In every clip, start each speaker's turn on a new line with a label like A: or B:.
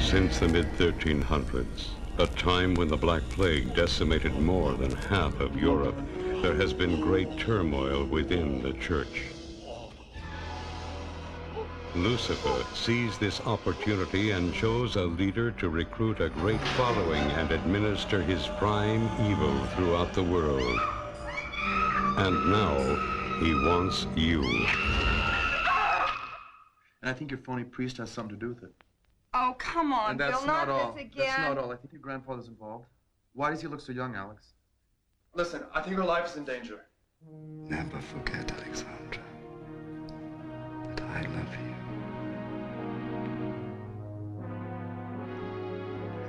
A: Since the mid-1300s, a time when the Black Plague decimated more than half of Europe, there has been great turmoil within the church. Lucifer seized this opportunity and chose a leader to recruit a great following and administer his prime evil throughout the world. And now, he wants you.
B: And I think your phony priest has something to do with it.
C: Oh, come on,
B: and that's
C: Bill,
B: not,
C: not,
B: all.
C: this again.
B: That's not all. I think your grandfather's involved. Why does he look so young, Alex? Listen, I think her life is in danger.
D: Never forget, Alexandra, that I love you.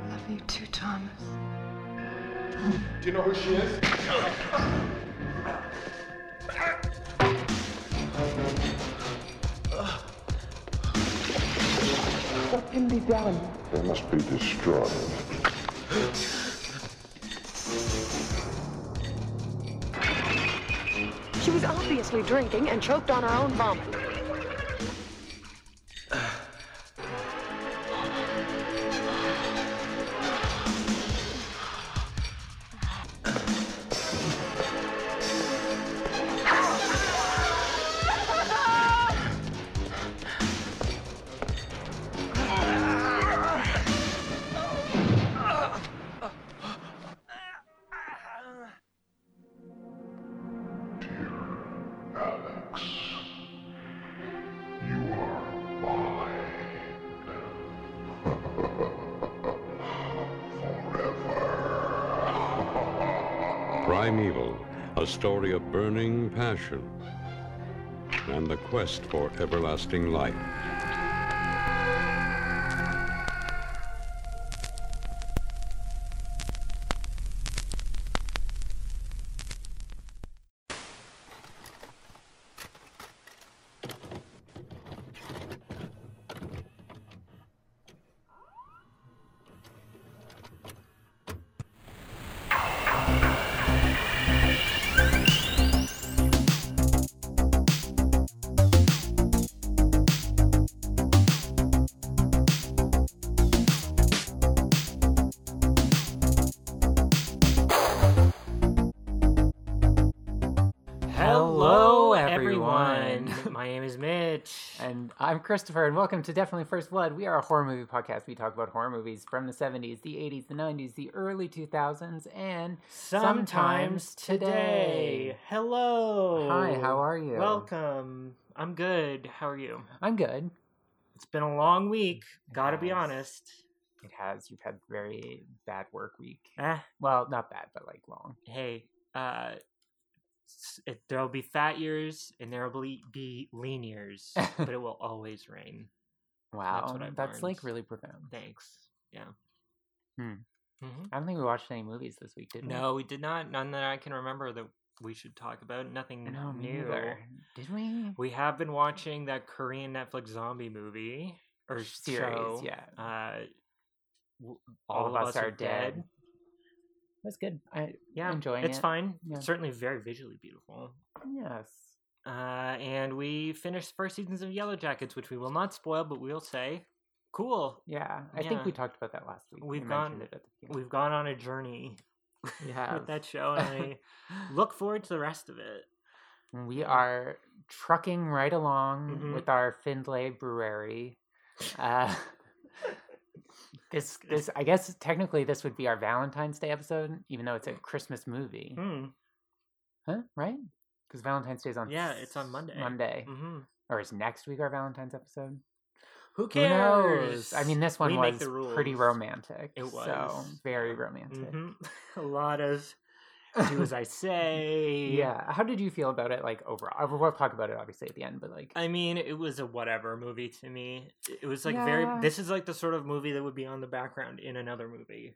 E: I love you too, Thomas.
B: Do you know who she is?
E: What can be done?
F: They must be destroyed.
G: She was obviously drinking and choked on her own vomit.
A: Primeval, a story of burning passion and the quest for everlasting life.
H: Hello, everyone.
I: My name is Mitch.
H: And I'm Christopher, and welcome to Definitely First Blood. We are a horror movie podcast. We talk about horror movies from the 70s, the 80s, the 90s, the early 2000s, and
I: Sometimes today. Hello.
H: Hi, how are you?
I: Oh, Welcome. I'm good. How are you?
H: I'm good.
I: It's been a long week. Gotta be
H: has.
I: honest.
H: It has. You've had very bad work week.
I: Eh,
H: Well, not bad, but like long.
I: hey, uh, s- it, there'll be fat years and there'll be, be lean years, but it will always rain.
H: Wow.
I: what I've learned.
H: like really profound.
I: Thanks. Yeah.
H: Hmm.
I: hmm
H: I don't think we watched any movies this week, did we?
I: No, we did not. None that I can remember that we should talk about. Nothing
H: No, me
I: new.
H: neither. Did we?
I: We have been watching that Korean Netflix zombie movie or
H: Series,
I: show.
H: yeah.
I: Uh, w-
H: All of Us Are Dead. It was good. I
I: Yeah,
H: enjoying
I: it's
H: it.
I: fine.
H: Yeah.
I: It's certainly very visually beautiful.
H: Yes.
I: Uh, and we finished the first seasons of Yellow Jackets, which we will not spoil, but we'll say, cool.
H: Yeah. I think
I: Yeah.
H: we talked about that last week.
I: We've
H: We mentioned
I: gone-
H: it at the beginning.
I: We've gone on a journey
H: Yes.
I: with that show, and I look forward to the rest of it.
H: We are trucking right along
I: Mhm.
H: with our Findlay Brewery. Uh, this, this, I guess technically this would be our Valentine's Day episode, even though it's
I: Mm.
H: a Christmas movie,
I: Hmm.
H: huh? Right? Because Valentine's Day is on
I: Yeah, it's on
H: s-
I: Monday.
H: Monday,
I: hmm
H: or is next week our Valentine's episode?
I: Who
H: Who knows?
I: cares?
H: I mean, this one
I: We make
H: was
I: the
H: pretty
I: rules.
H: romantic.
I: It
H: so
I: was.
H: very romantic.
I: Mhm. a lot of do as I say.
H: yeah. How did you feel about it? Like overall, Uh, we'll talk about it obviously at the end, but like,
I: I mean, it was a whatever movie to me. It- It was like very.
H: Yeah.
I: This is like the sort of movie that would be on the background in another movie.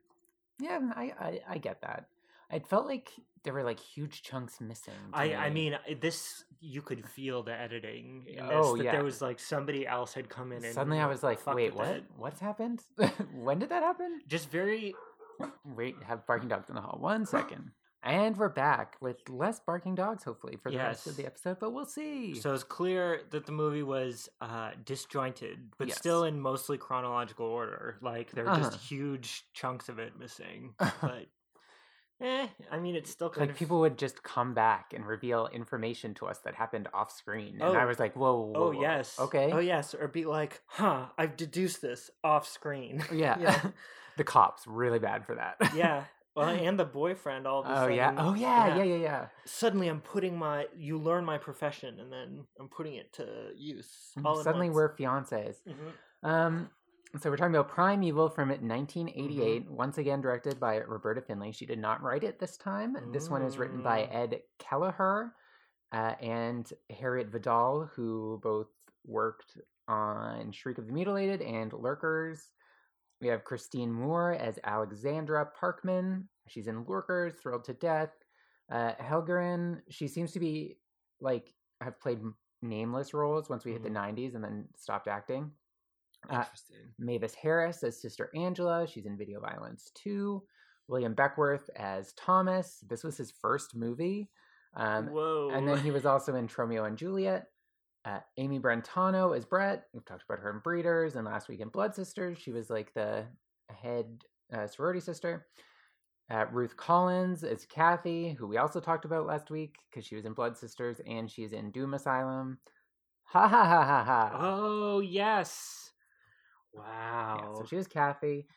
H: Yeah, and I, I I get that. It felt like there were like huge chunks missing. to
I: I, I
H: me.
I: mean, I- this you could feel the editing. In this,
H: Oh,
I: that
H: yeah.
I: there was like somebody else had come in. and
H: suddenly I was like,
I: fucked
H: wait,
I: with
H: what?
I: it."
H: What's happened? when did that happen?
I: Just very.
H: Wait, have barking dogs in the hall. One second. And we're back with less barking dogs, hopefully, for the rest of the
I: Yes.
H: episode, but we'll see.
I: So it's clear that the movie was uh, disjointed, but still in mostly chronological order. Like there were
H: Uh-huh.
I: just huge chunks of it missing. But eh, I mean, it's still kind
H: like
I: of
H: people would just come back and reveal information to us that happened off screen. And I
I: Oh.
H: was like, whoa, whoa,
I: Oh
H: whoa,
I: yes.
H: Okay.
I: Oh yes. Or be like, huh? I've deduced this off screen.
H: yeah.
I: yeah.
H: the cops, really bad for that.
I: yeah. Well, and the boyfriend all of a
H: Oh
I: sudden.
H: yeah. Oh yeah. Yeah. Yeah. Yeah.
I: Suddenly, I'm putting my. You learn my profession, and then I'm putting it to use.
H: Mm,
I: All
H: Suddenly we're fiancés.
I: hmm
H: Um, so we're talking about Primeval from 1988, once again directed by Roberta Finley. She did not write it this time. This one is written by
I: Mm.
H: Ed Kelleher uh, and Harriet Vidal, who both worked on Shriek of the Mutilated and Lurkers. We have Christine Moore as Alexandra Parkman. She's in Lurkers, Thrilled to Death. Uh, Helgerin, she seems to be like have played m- nameless roles once we hit the 90s and then stopped acting. Uh,
I: Interesting.
H: Mavis Harris as Sister Angela. She's in Video Violence 2. William Beckworth as Thomas. This was his first movie. Um,
I: Whoa.
H: and then he was also in Tromeo and Juliet. Uh, Amy Brentano as Brett. We've talked about her in Breeders and last week in Blood Sisters. She was like the head uh, sorority sister. Uh, Ruth Collins as Kathy, who we also talked about last week because she was in Blood Sisters and she's in Doom Asylum. Ha ha ha ha ha.
I: Oh yes.
H: Yeah,
I: Oh, Wow.
H: so she was Kathy.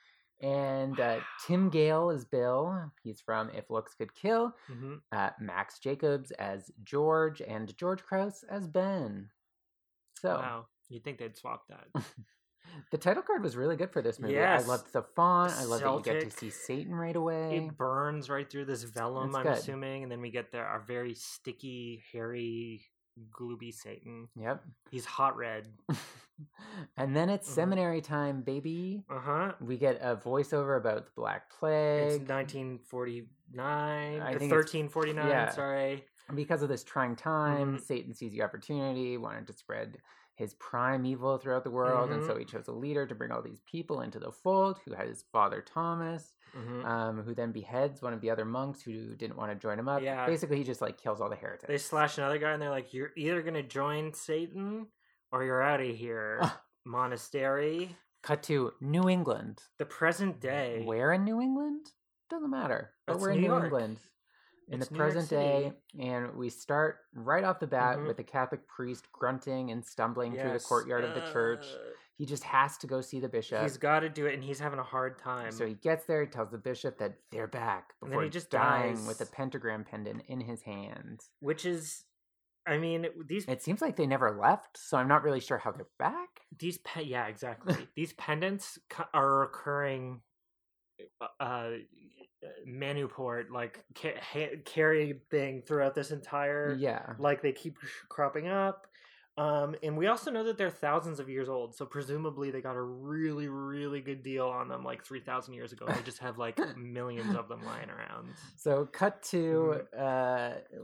H: And uh, Tim Gale is Bill. He's from If Looks Could Kill.
I: Mhm.
H: Uh, Max Jacobs as George, and George Krause as Ben. So
I: Wow. You'd think they'd swap that.
H: the title card was really good for this movie.
I: Yes.
H: I loved the font. I love that you get
I: Celtic.
H: to see Satan right away.
I: it burns right through this vellum,
H: It's
I: I'm
H: good.
I: assuming, and then we get there our very sticky, hairy, glooby Satan.
H: Yep.
I: He's hot red.
H: and then it's
I: Mhm.
H: seminary time, baby.
I: Uh huh.
H: We get a voiceover about the Black Plague.
I: It's 1949.
H: I
I: or
H: think it's-
I: 1349.
H: yeah.
I: Sorry.
H: because of this trying time,
I: Mm-hmm.
H: Satan sees the opportunity, wanted to spread his prime evil throughout the world, and
I: Mhm.
H: so he chose a leader to bring all these people into the fold, who had his father Thomas,
I: Mhm.
H: um, who then beheads one of the other monks who didn't want to join him up.
I: Yeah.
H: Basically, he just like kills all the heretics.
I: They slash another guy, and they're like, "You're either gonna join Satan, or you're out of here." Monastery.
H: Cut to New England.
I: The present day.
H: Where in New England? Doesn't matter. But
I: That's
H: we're in
I: New
H: New
I: York.
H: England. In
I: It's
H: the
I: New York
H: present day,
I: City.
H: and we start right off the bat
I: Mhm.
H: with the Catholic priest grunting and stumbling through the
I: Yes,
H: courtyard of the church.
I: uh,
H: He just has to go see the bishop.
I: He's got to do it, and he's having a hard time.
H: So he gets there, he tells the bishop that they're back
I: And then
H: before
I: he just
H: dying with a
I: dies.
H: pentagram pendant in his hand.
I: which is, I mean, it- these
H: It seems like they never left, so I'm not really sure how they're back.
I: these pe- yeah exactly these pendants co- are recurring. Uh, uh, Manuport like ca- ha- carry thing throughout this entire
H: Yeah.
I: like they keep sh- cropping up um and we also know that they're thousands of years old so presumably they got a really really good deal on them like 3000 years ago they just have like millions of them lying around
H: So cut to
I: Mm-hmm.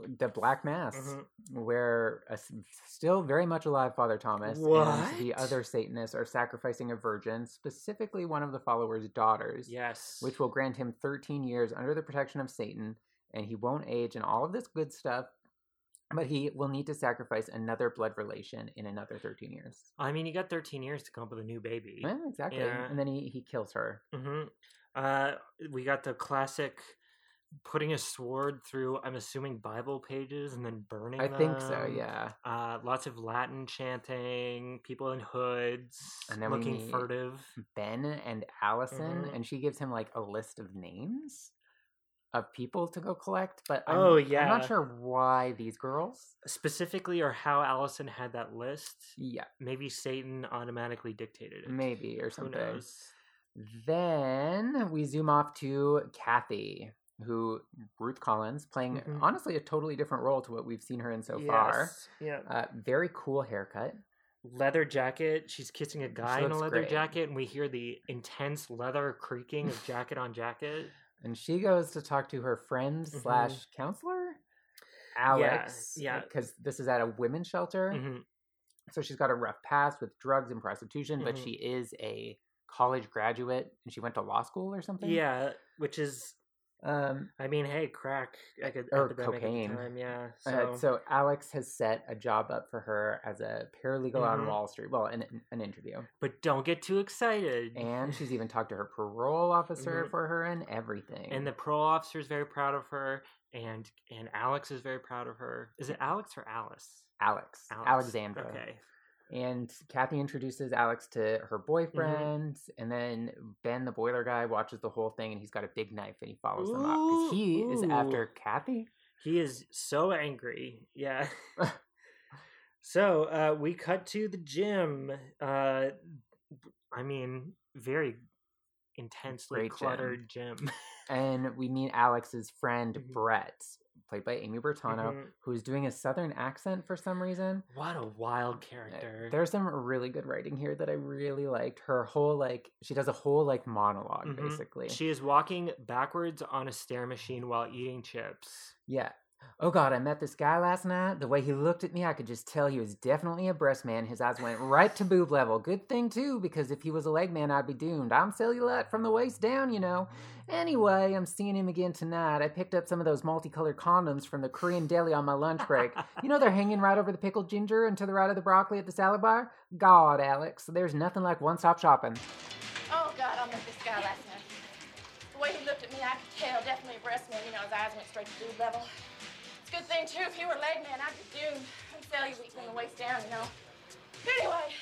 H: uh, the Black Mass,
I: Mhm.
H: where a s- still very much alive Father Thomas and the
I: What?
H: other Satanists are sacrificing a virgin, specifically one of the followers' daughters.
I: yes
H: which will grant him 13 years under the protection of Satan, and he won't age and all of this good stuff. But he will need to sacrifice another blood relation in another 13 years.
I: i mean you got 13 years to come up with a new baby
H: Yeah, exactly.
I: Yeah.
H: And then he, he kills her.
I: hmm uh we got the classic putting a sword through i'm assuming bible pages and then burning
H: I think so,
I: them.
H: yeah.
I: uh lots of latin chanting people in hoods
H: And then we Hmm.
I: looking
H: meet-
I: furtive
H: Ben and Allison,
I: Mhm.
H: and she gives him like a list of names of people to go collect. But I'm,
I: Oh,
H: I'm
I: yeah.
H: not sure why these girls.
I: specifically or how Allison had that list,
H: Yeah,
I: maybe Satan automatically dictated it.
H: maybe or
I: Who
H: something.
I: knows?
H: Then we zoom off to Kathy, who Ruth Collins playing
I: Mhm.
H: honestly a totally different role to what we've seen her in so far.
I: Yeah.
H: Uh, very cool haircut.
I: Leather jacket. She's kissing a guy in a
H: looks
I: leather
H: great.
I: jacket, and we hear the intense leather creaking of jacket on jacket.
H: And she goes to talk to her friend slash counselor, Alex.
I: Mm-hmm. yeah.
H: Because this is at a women's shelter.
I: Mhm.
H: So she's got a rough past with drugs and prostitution, but
I: Mhm.
H: she is a college graduate and she went to law school or something.
I: Yeah, which is
H: Um,
I: I mean, hey, crack like an
H: Or
I: epidemic
H: cocaine.
I: at the time, yeah. So,
H: uh, so Alex has set a job up for her as a paralegal on
I: Mhm.
H: Wall Street. Well, an an interview,
I: but don't get too excited.
H: and she's even talked to her parole officer
I: Mhm.
H: for her and everything.
I: and the parole officer is very proud of her, and and Alex is very proud of her. Is it Alex or Alice?
H: Alex,
I: Alex.
H: Alexandra.
I: Okay. Mm-hmm.
H: And Kathy introduces Alex to her boyfriend, and then Ben, the boiler guy, watches the whole thing, and he's got a big knife, and he follows them up because
I: Ooh,
H: he is
I: ooh.
H: after Kathy.
I: He is so angry. Yeah. so uh, we cut to the gym. Uh, I mean, very intensely
H: Great gym.
I: cluttered gym.
H: And we meet Alex's friend
I: Mhm.
H: Brett, played by Amy Bertano,
I: Mhm.
H: who's doing a southern accent for some reason.
I: What a wild
H: Uh,
I: character.
H: There's some really good writing here that I really liked. Her whole like she does a whole like monolog
I: Mhm.
H: basically.
I: She is walking backwards on a stair machine while eating chips.
H: Yeah. Oh God, I met this guy last night. The way he looked at me, I could just tell he was definitely a breast man. His eyes went right to boob level. Good thing too, because if he was a leg man, I'd be doomed. I'm cellulite from the waist down, you know. Anyway, I'm seeing him again tonight. I picked up some of those multicolored condoms from the Korean deli on my lunch break. You know they're hanging right over the pickled ginger and to the right of the broccoli at the salad bar? God, Alex, there's nothing like one stop shopping.
C: Oh God, I met this guy last night. The way he looked at me, I could tell definitely a breast man. You know, his eyes went straight to dude level. It's a good thing too. If you were a leg man, I'd be doomed. I'm cellulite from the waist down, you know. Anyway,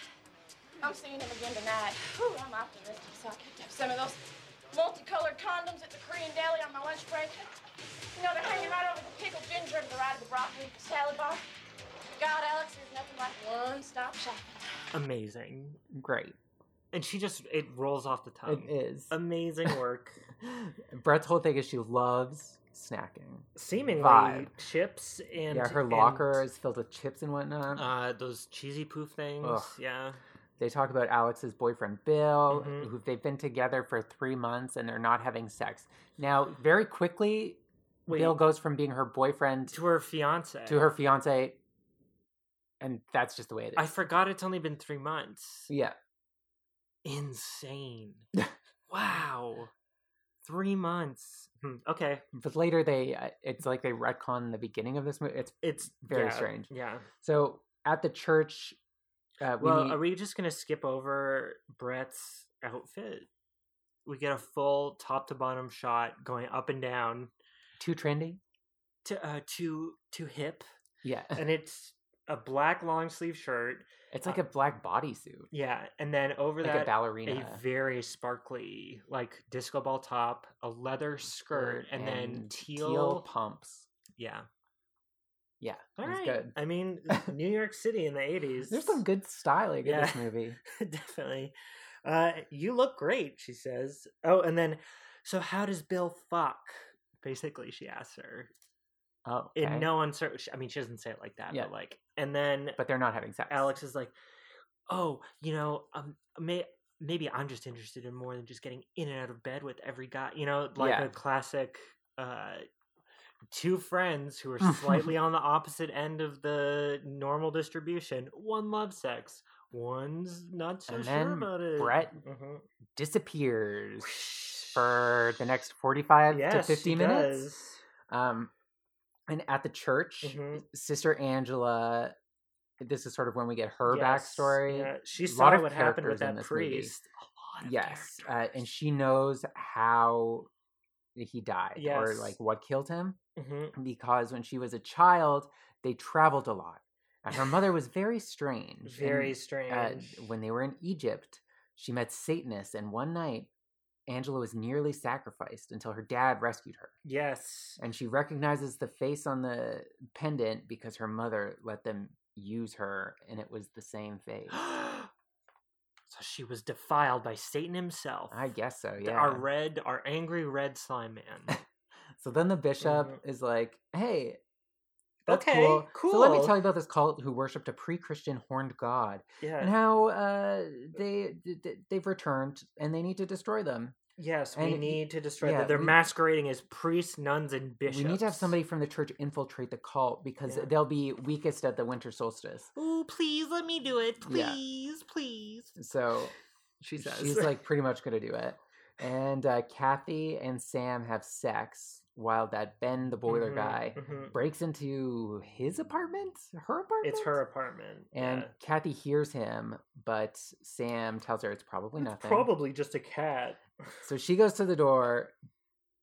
C: I'm seeing him again tonight. Whew, I'm optimistic, so I picked up some of those multicolored condoms at the Korean deli on my lunch break. You know, they're hanging right over the pickled ginger to the right of the broccoli salad bar. God, Alex, there's nothing like one-stop shopping.
I: Amazing.
H: Great.
I: And she just, it rolls off the tongue.
H: It is.
I: Amazing work.
H: Brett's whole thing is she loves snacking.
I: Seemingly,
H: Vibe.
I: chips and.
H: yeah, her
I: and,
H: locker is filled with chips and whatnot.
I: Uh, those cheesy poof things.
H: Ugh.
I: Yeah.
H: they talk about Alex's boyfriend Bill,
I: Mhm.
H: who they've been together for three months and they're not having sex. Now, very quickly,
I: Wait,
H: Bill goes from being her boyfriend
I: to her fiance.
H: to her fiance, and that's just the way it is.
I: I forgot it's only been three months.
H: yeah,
I: Insane. wow. Three months. Hmm, Okay.
H: but later they, uh, it's like they retcon the beginning of this movie. It's
I: It's
H: Very
I: yeah,
H: strange.
I: Yeah.
H: so at the church. Uh, we
I: Well,
H: meet-
I: are we just gonna skip over Brett's outfit? We get a full top to bottom shot going up and down
H: too trendy?
I: to uh to to hip,
H: Yeah,
I: and it's a black long sleeve shirt.
H: it's like a black bodysuit,
I: Yeah, and then over
H: like a
I: that a,
H: ballerina.
I: very sparkly like disco ball top, a leather skirt, and, then teal.
H: pumps.
I: yeah.
H: Yeah,
I: All
H: it was
I: right.
H: good.
I: I mean, New York City in the eighties.
H: There's some good styling in this
I: Yeah.
H: movie.
I: Definitely. Uh, you look great, she says. Oh, and then, so how does Bill fuck? Basically, she asks her
H: Oh,
I: in
H: okay.
I: no uncertain. I mean, she doesn't say it like that,
H: Yeah.
I: but like, and then
H: but they're not having sex.
I: Alex is like, "Oh, you know, um, may, maybe I'm just interested in more than just getting in and out of bed with every guy." You know, like
H: Yeah.
I: a classic uh, two friends who are slightly on the opposite end of the normal distribution. One loves sex, one's not so
H: And
I: sure
H: then
I: about it.
H: Brett
I: Mhm.
H: disappears for the next forty-five to
I: Yes,
H: fifty
I: he
H: minutes.
I: does.
H: Um, and at the church,
I: Mhm.
H: Sister Angela. This is sort of when we get her
I: Yes,
H: backstory.
I: yeah. She
H: A
I: saw
H: lot of
I: what happened with
H: characters in
I: that
H: this movie.
I: priest. A lot of
H: Yes, uh,
I: characters.
H: and she knows how he died or
I: Yes.
H: like what killed him.
I: Mhm.
H: because when she was a child, they traveled a lot. And her mother was very strange.
I: very
H: and,
I: strange.
H: Uh, when they were in Egypt, she met Satanists, and one night, Angela was nearly sacrificed until her dad rescued her.
I: yes,
H: And she recognizes the face on the pendant because her mother let them use her, and it was the same face.
I: so she was defiled by Satan himself.
H: I guess so,
I: Th-
H: yeah.
I: Our red, our angry red slime man.
H: So then the bishop
I: Mhm.
H: is like, hey, that's
I: Okay,
H: cool. So let me
I: cool.
H: tell you about this cult who worshipped a pre Christian horned god. and
I: yeah.
H: how uh, they, they they've returned and they need to destroy them.
I: Yes,
H: and
I: we
H: y-
I: need to destroy
H: yeah,
I: that. They're
H: we-
I: masquerading as priests, nuns, and bishops.
H: We need to have somebody from the church infiltrate the cult because
I: Yeah.
H: they'll be weakest at the winter solstice.
I: Ooh, please let me do it.
H: Yeah.
I: Please, please.
H: So
I: She says.
H: she's like pretty much gonna do it. And uh, Kathy and Sam have sex while that Ben, the boiler
I: Mhm,
H: guy,
I: mhm.
H: breaks into his apartment, her apartment.
I: It's her apartment.
H: And
I: yeah.
H: Kathy hears him, but Sam tells her it's probably
I: It's
H: nothing.
I: probably just a cat.
H: So she goes to the door.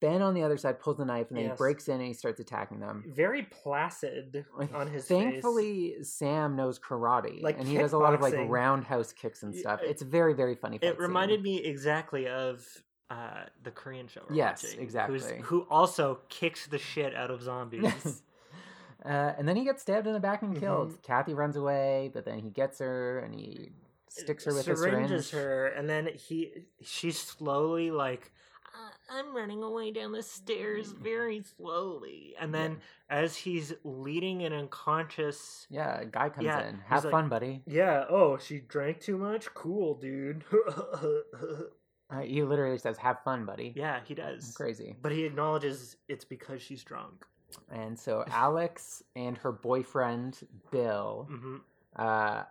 H: Ben on the other side pulls the knife and then he
I: Yes.
H: breaks in and he starts attacking them.
I: Very placid on his face.
H: Thankfully, Sam knows karate,
I: Like
H: and he does a lot of like
I: kickboxing.
H: roundhouse kicks and
I: Y-
H: stuff.
I: it-
H: It's very, very funny.
I: It reminded me exactly of uh, the Korean show. We're
H: Yes,
I: watching,
H: exactly.
I: Who's, who also kicks the shit out of zombies.
H: uh, and then he gets stabbed in the back and
I: Mhm.
H: killed. Kathy runs away, but then he gets her and he sticks her with a
I: syringes
H: syringe.
I: her, and then he she slowly like "Uh, I'm running away down the stairs very slowly, and
H: Yeah.
I: then as he's leading an unconscious.
H: Yeah, a guy comes
I: Yeah,
H: in.
I: he's
H: Have
I: like-
H: fun, buddy.
I: Yeah. Oh, she drank too much. Cool, dude.
H: Uh, he literally says, "Have fun, buddy."
I: yeah, he does.
H: crazy.
I: But he acknowledges it's because she's drunk.
H: And so Alex and her boyfriend Bill
I: hmm
H: uh,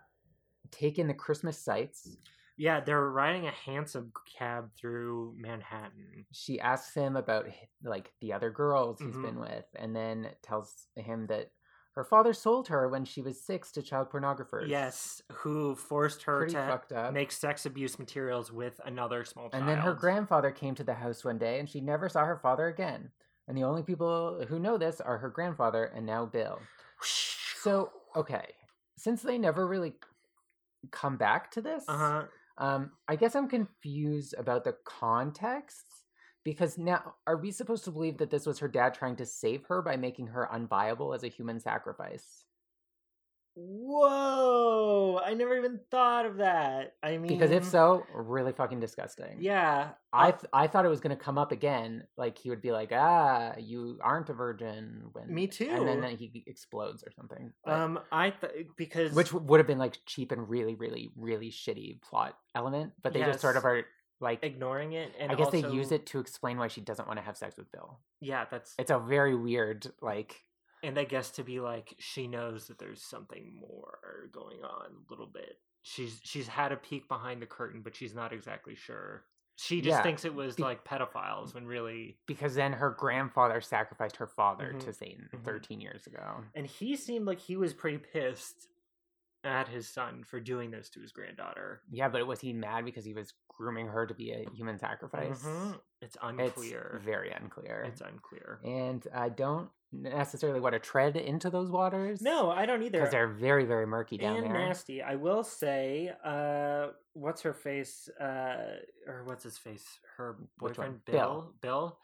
H: take in the Christmas sights.
I: Yeah, they're riding a hansom cab through Manhattan.
H: She asks him about h- like the other girls he's
I: Mhm.
H: been with, and then tells him that her father sold her when she was six to child pornographers.
I: Yes, who forced her
H: pretty
I: to
H: fucked up.
I: make sex abuse materials with another small child.
H: and then her grandfather came to the house one day, and she never saw her father again. And the only people who know this are her grandfather and now Bill. So oh, okay, since they never really come back to this,
I: Uh huh.
H: Um, I guess I'm confused about the context because now are we supposed to believe that this was her dad trying to save her by making her unviable as a human sacrifice?
I: Whoa! I never even thought of that. I mean,
H: Because if so, really fucking disgusting.
I: Mm. yeah,
H: I th- I thought it was gonna come up again. Like he would be like, "Ah, you aren't a virgin." When
I: Me
H: And then,
I: too.
H: then he explodes or something. But-
I: um, I th- because
H: which w- would have been like cheap and really, really, really shitty plot element. But they just sort
I: Yes.
H: of are like.
I: ignoring it, and
H: I guess
I: also,
H: they use it to explain why she doesn't want to have sex with Bill.
I: Yeah, that's
H: it's a very weird like
I: and I guess to be like she knows that there's something more going on a little bit. She's she's had a peek behind the curtain, but she's not exactly sure. She just
H: Yeah,
I: thinks it was
H: be-
I: like pedophiles when really
H: because then her grandfather sacrificed her father
I: Mhm,
H: to Satan
I: mhm.
H: 13 years ago.
I: and he seemed like he was pretty pissed at his son for doing this to his granddaughter.
H: Yeah, but was he mad because he was grooming her to be a human sacrifice?
I: Mhm. It's
H: It's
I: unclear.
H: very unclear.
I: It's unclear.
H: and I don't necessarily want to tread into those waters.
I: No, I don't either.
H: because they're very very murky down
I: and
H: there.
I: nasty. I will say, uh, what's her face, uh, or what's his face? Her
H: Which one?
I: boyfriend Bill. Bill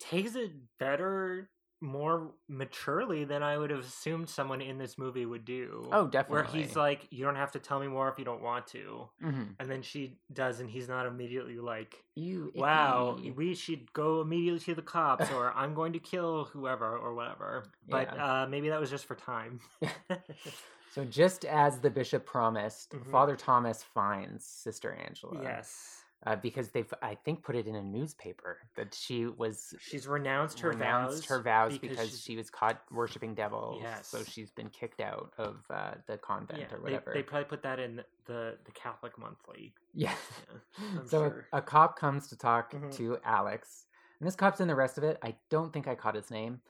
I: takes it better, more maturely than I would have assumed someone in this movie would do.
H: Oh,
I: Where
H: definitely.
I: he's like, "You don't have to tell me more if you don't want to,"
H: Mhm.
I: and then she does, and he's not immediately like.
H: You
I: Wow,
H: icky.
I: we should go immediately to the cops, or I'm going to kill whoever, or whatever. But uh, maybe that was just for time.
H: So just as the bishop promised,
I: Mhm.
H: Father Thomas finds Sister Angela.
I: yes.
H: uh, because they've I think put it in a newspaper that she was
I: She's renounced her vows.
H: renounced her vows because,
I: she's-
H: she was caught worshiping devils. So
I: Yes.
H: she's been kicked out of uh, the convent
I: yeah,
H: or
I: they,
H: whatever.
I: they probably put that in the the Catholic Monthly.
H: yeah.
I: Yeah, I'm
H: so a-
I: sure.
H: a, cop comes to talk
I: Mhm.
H: to Alex, and this cop's in the rest of it. I don't think I caught his name.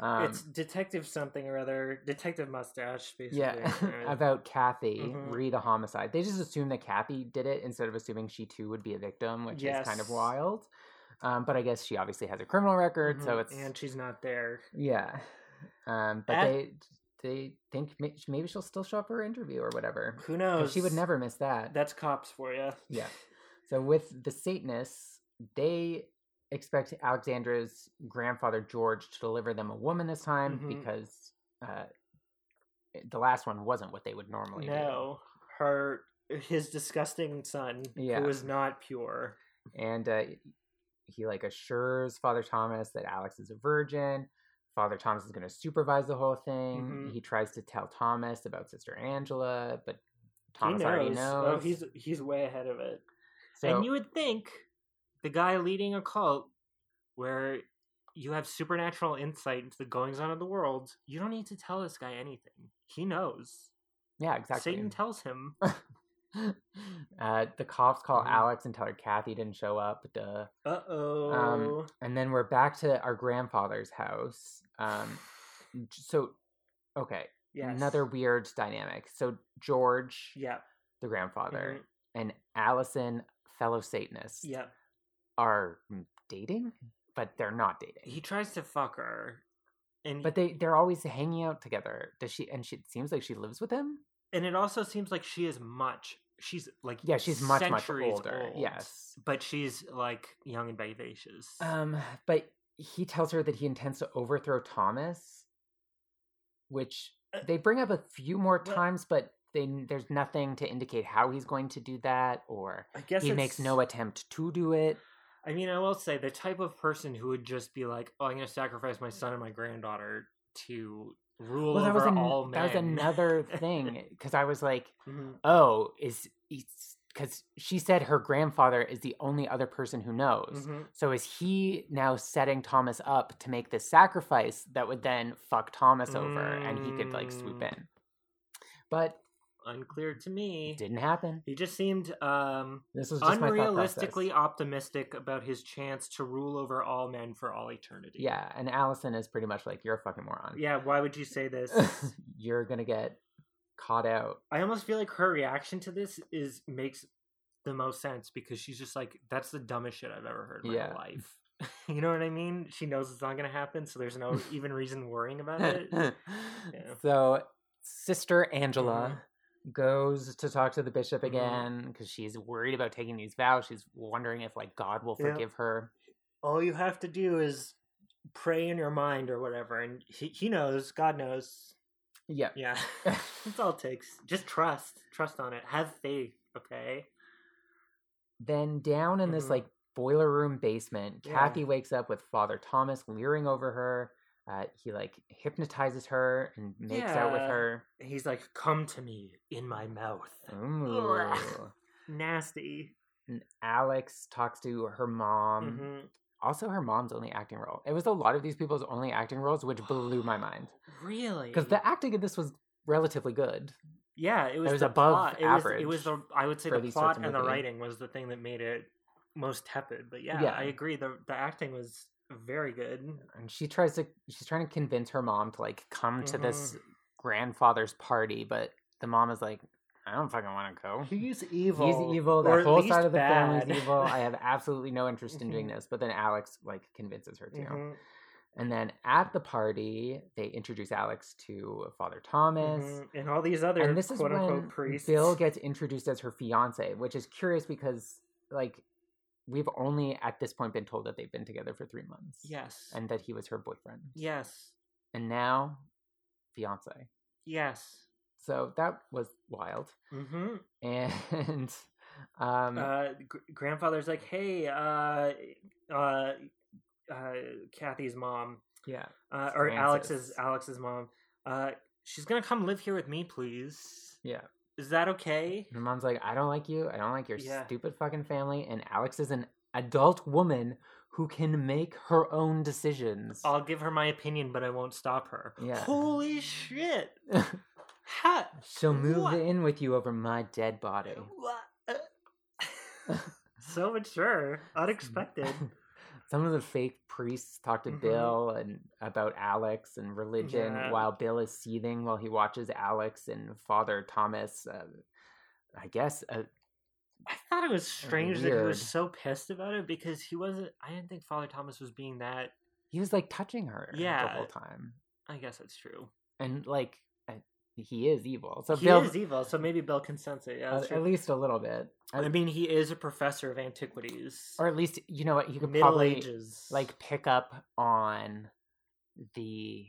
H: Um,
I: it's Detective something or other, Detective Mustache, basically.
H: yeah,
I: uh,
H: about Kathy
I: Mhm.
H: re the homicide. They just assume that Kathy did it instead of assuming she too would be a victim, which is kind of
I: Yes.
H: wild. Um, but I guess she obviously has a criminal record, so
I: mhm,
H: it's
I: and she's not there.
H: Yeah. Um, but
I: At-
H: they they think ma- maybe she'll still show up for her interview or whatever.
I: Who
H: 'Cause
I: knows?
H: She would never miss that.
I: That's cops for you.
H: Yeah. So with the Satanists, they expect Alexandra's grandfather George to deliver them a woman this time
I: Mhm.
H: because uh, eh, the last one wasn't what they would normally do.
I: No, her his disgusting son,
H: Yeah.
I: who was not pure.
H: and uh, he like assures Father Thomas that Alex is a virgin. Father Thomas is going to supervise the whole thing.
I: Mhm.
H: He tries to tell Thomas about Sister Angela, but
I: He
H: Thomas
I: knows.
H: already knows.
I: Oh, he's he's way ahead of it.
H: so,
I: and you would think the guy leading a cult where you have supernatural insight into the goings on of the world, you don't need to tell this guy anything. He knows.
H: yeah, exactly.
I: Satan tells him.
H: Uh, the cops call
I: Mm.
H: Alex and tell her Kathy didn't show up. Duh.
I: Uh oh.
H: Um, and then we're back to our grandfather's house. Um, j- so, okay, another weird dynamic. So George,
I: Yeah.
H: the grandfather,
I: mhm,
H: and Allison, fellow Satanist,
I: Yeah.
H: are dating, but they're not dating.
I: He tries to fuck her, and
H: but they they're always hanging out together. Does she? And she it seems like she lives with him.
I: and it also seems like she is much. She's like
H: Yeah, she's much much
I: centuries
H: older.
I: old,
H: Yes.
I: but she's like young and vivacious.
H: Um, but he tells her that he intends to overthrow Thomas, which
I: Uh,
H: they bring up a few more
I: well-
H: times, but they, n- there's nothing to indicate how he's going to do that, or
I: I guess
H: he makes
I: it's-
H: no attempt to do it.
I: I mean, I will say the type of person who would just be like, "Oh, I'm going to sacrifice my son and my granddaughter to rule
H: Well, that was,
I: over
H: an-
I: all men."
H: that was another thing because I was like,
I: Mhm.
H: oh, is because she said her grandfather is the only other person who knows.
I: Mhm.
H: So is he now setting Thomas up to make this sacrifice that would then fuck Thomas over and he could like swoop
I: Mm.
H: in? But
I: Unclear to me.
H: it didn't happen.
I: He just seemed um,
H: This was just my thought
I: unrealistically
H: process.
I: optimistic about his chance to rule over all men for all eternity.
H: Yeah, and Allison is pretty much like you're a fucking moron.
I: Yeah, why would you say this?
H: you're gonna get caught out.
I: I almost feel like her reaction to this is makes the most sense because she's just like, that's the dumbest shit I've ever heard in my
H: Yeah.
I: life. you know what I mean? She knows it's not going to happen, so there's no even reason worrying about it.
H: So sister Angela
I: Mm-hmm.
H: goes to talk to the bishop again because she's worried about taking these vows. She's wondering if like God will
I: Yeah.
H: forgive her.
I: All you have to do is pray in your mind or whatever, and he, he knows, God knows.
H: Yeah.
I: Yeah, that's all it takes. Just trust. Trust on it. Have faith, okay?
H: Then down in this
I: Mhm.
H: like boiler room basement,
I: Yeah.
H: Kathy wakes up with Father Thomas leering over her. Uh, he like hypnotizes her and makes out with
I: Yeah.
H: her.
I: He's like, come to me in my mouth.
H: Oh. Ooh.
I: Nasty.
H: and Alex talks to her mom.
I: Mhm.
H: Also, her mom's only acting role. It was a lot of these people's only acting roles, which blew my mind
I: Really?
H: because the acting in this was relatively good.
I: Yeah, it was,
H: was
I: the
H: above
I: plot. It was, it was
H: average
I: the I would say
H: for
I: the
H: these sorts
I: plot
H: of
I: and the
H: movie.
I: writing was the thing that made it most tepid. But yeah,
H: Yeah.
I: I agree. The the acting was very good.
H: And she tries to, she's trying to convince her mom to like come
I: Mm-hmm.
H: to this grandfather's party, but the mom is like, I don't fucking want to go.
I: He's evil.
H: He's evil.
I: or
H: That
I: at
H: whole
I: least
H: side of the
I: bad.
H: family's evil. I have absolutely no interest in doing
I: Mhm.
H: this. But then Alex like convinces her to.
I: Mhm,
H: And then at the party, they introduce Alex to Father Thomas.
I: mhm. And all these other
H: and this is
I: quote unquote
H: when
I: priests.
H: Bill gets introduced as her fiance, which is curious because like we've only at this point been told that they've been together for three months.
I: yes.
H: And that he was her boyfriend.
I: yes.
H: And now fiance.
I: Yes.
H: So that was wild.
I: Mm-hmm.
H: And um
I: uh, gr- grandfather's like, hey, uh, uh, uh, Kathy's mom,
H: yeah.
I: uh, or Alex's
H: Francis.
I: Alex's mom, uh, she's gonna come live here with me, please.
H: Yeah.
I: Is that okay?
H: And the mom's like, I don't like you, I don't like your
I: Yeah.
H: stupid fucking family. And Alex is an adult woman who can make her own decisions.
I: I'll give her my opinion, but I won't stop her.
H: Yeah.
I: Holy shit! Ha!
H: She'll move
I: What?
H: in with you over my dead body.
I: so mature, unexpected.
H: Mm-hmm. Some of the fake priests talk to
I: Mhm.
H: Bill and about Alex and religion,
I: Yeah.
H: while Bill is seething while he watches Alex and Father Thomas. Uh, I guess uh,
I: I thought it was strange that he
H: Weird.
I: was so pissed about it because he wasn't. I didn't think Father Thomas was being that.
H: he was like touching her the
I: Yeah.
H: whole time,
I: I guess that's true.
H: and like uh, he is evil. So
I: he
H: Bill,
I: is evil, so maybe Bill can sense it. Yeah,
H: uh,
I: that's
H: at
I: true.
H: least a little bit,
I: I mean, he is a professor of antiquities.
H: or at least you know what you could
I: Middle
H: probably
I: Ages.
H: like pick up on the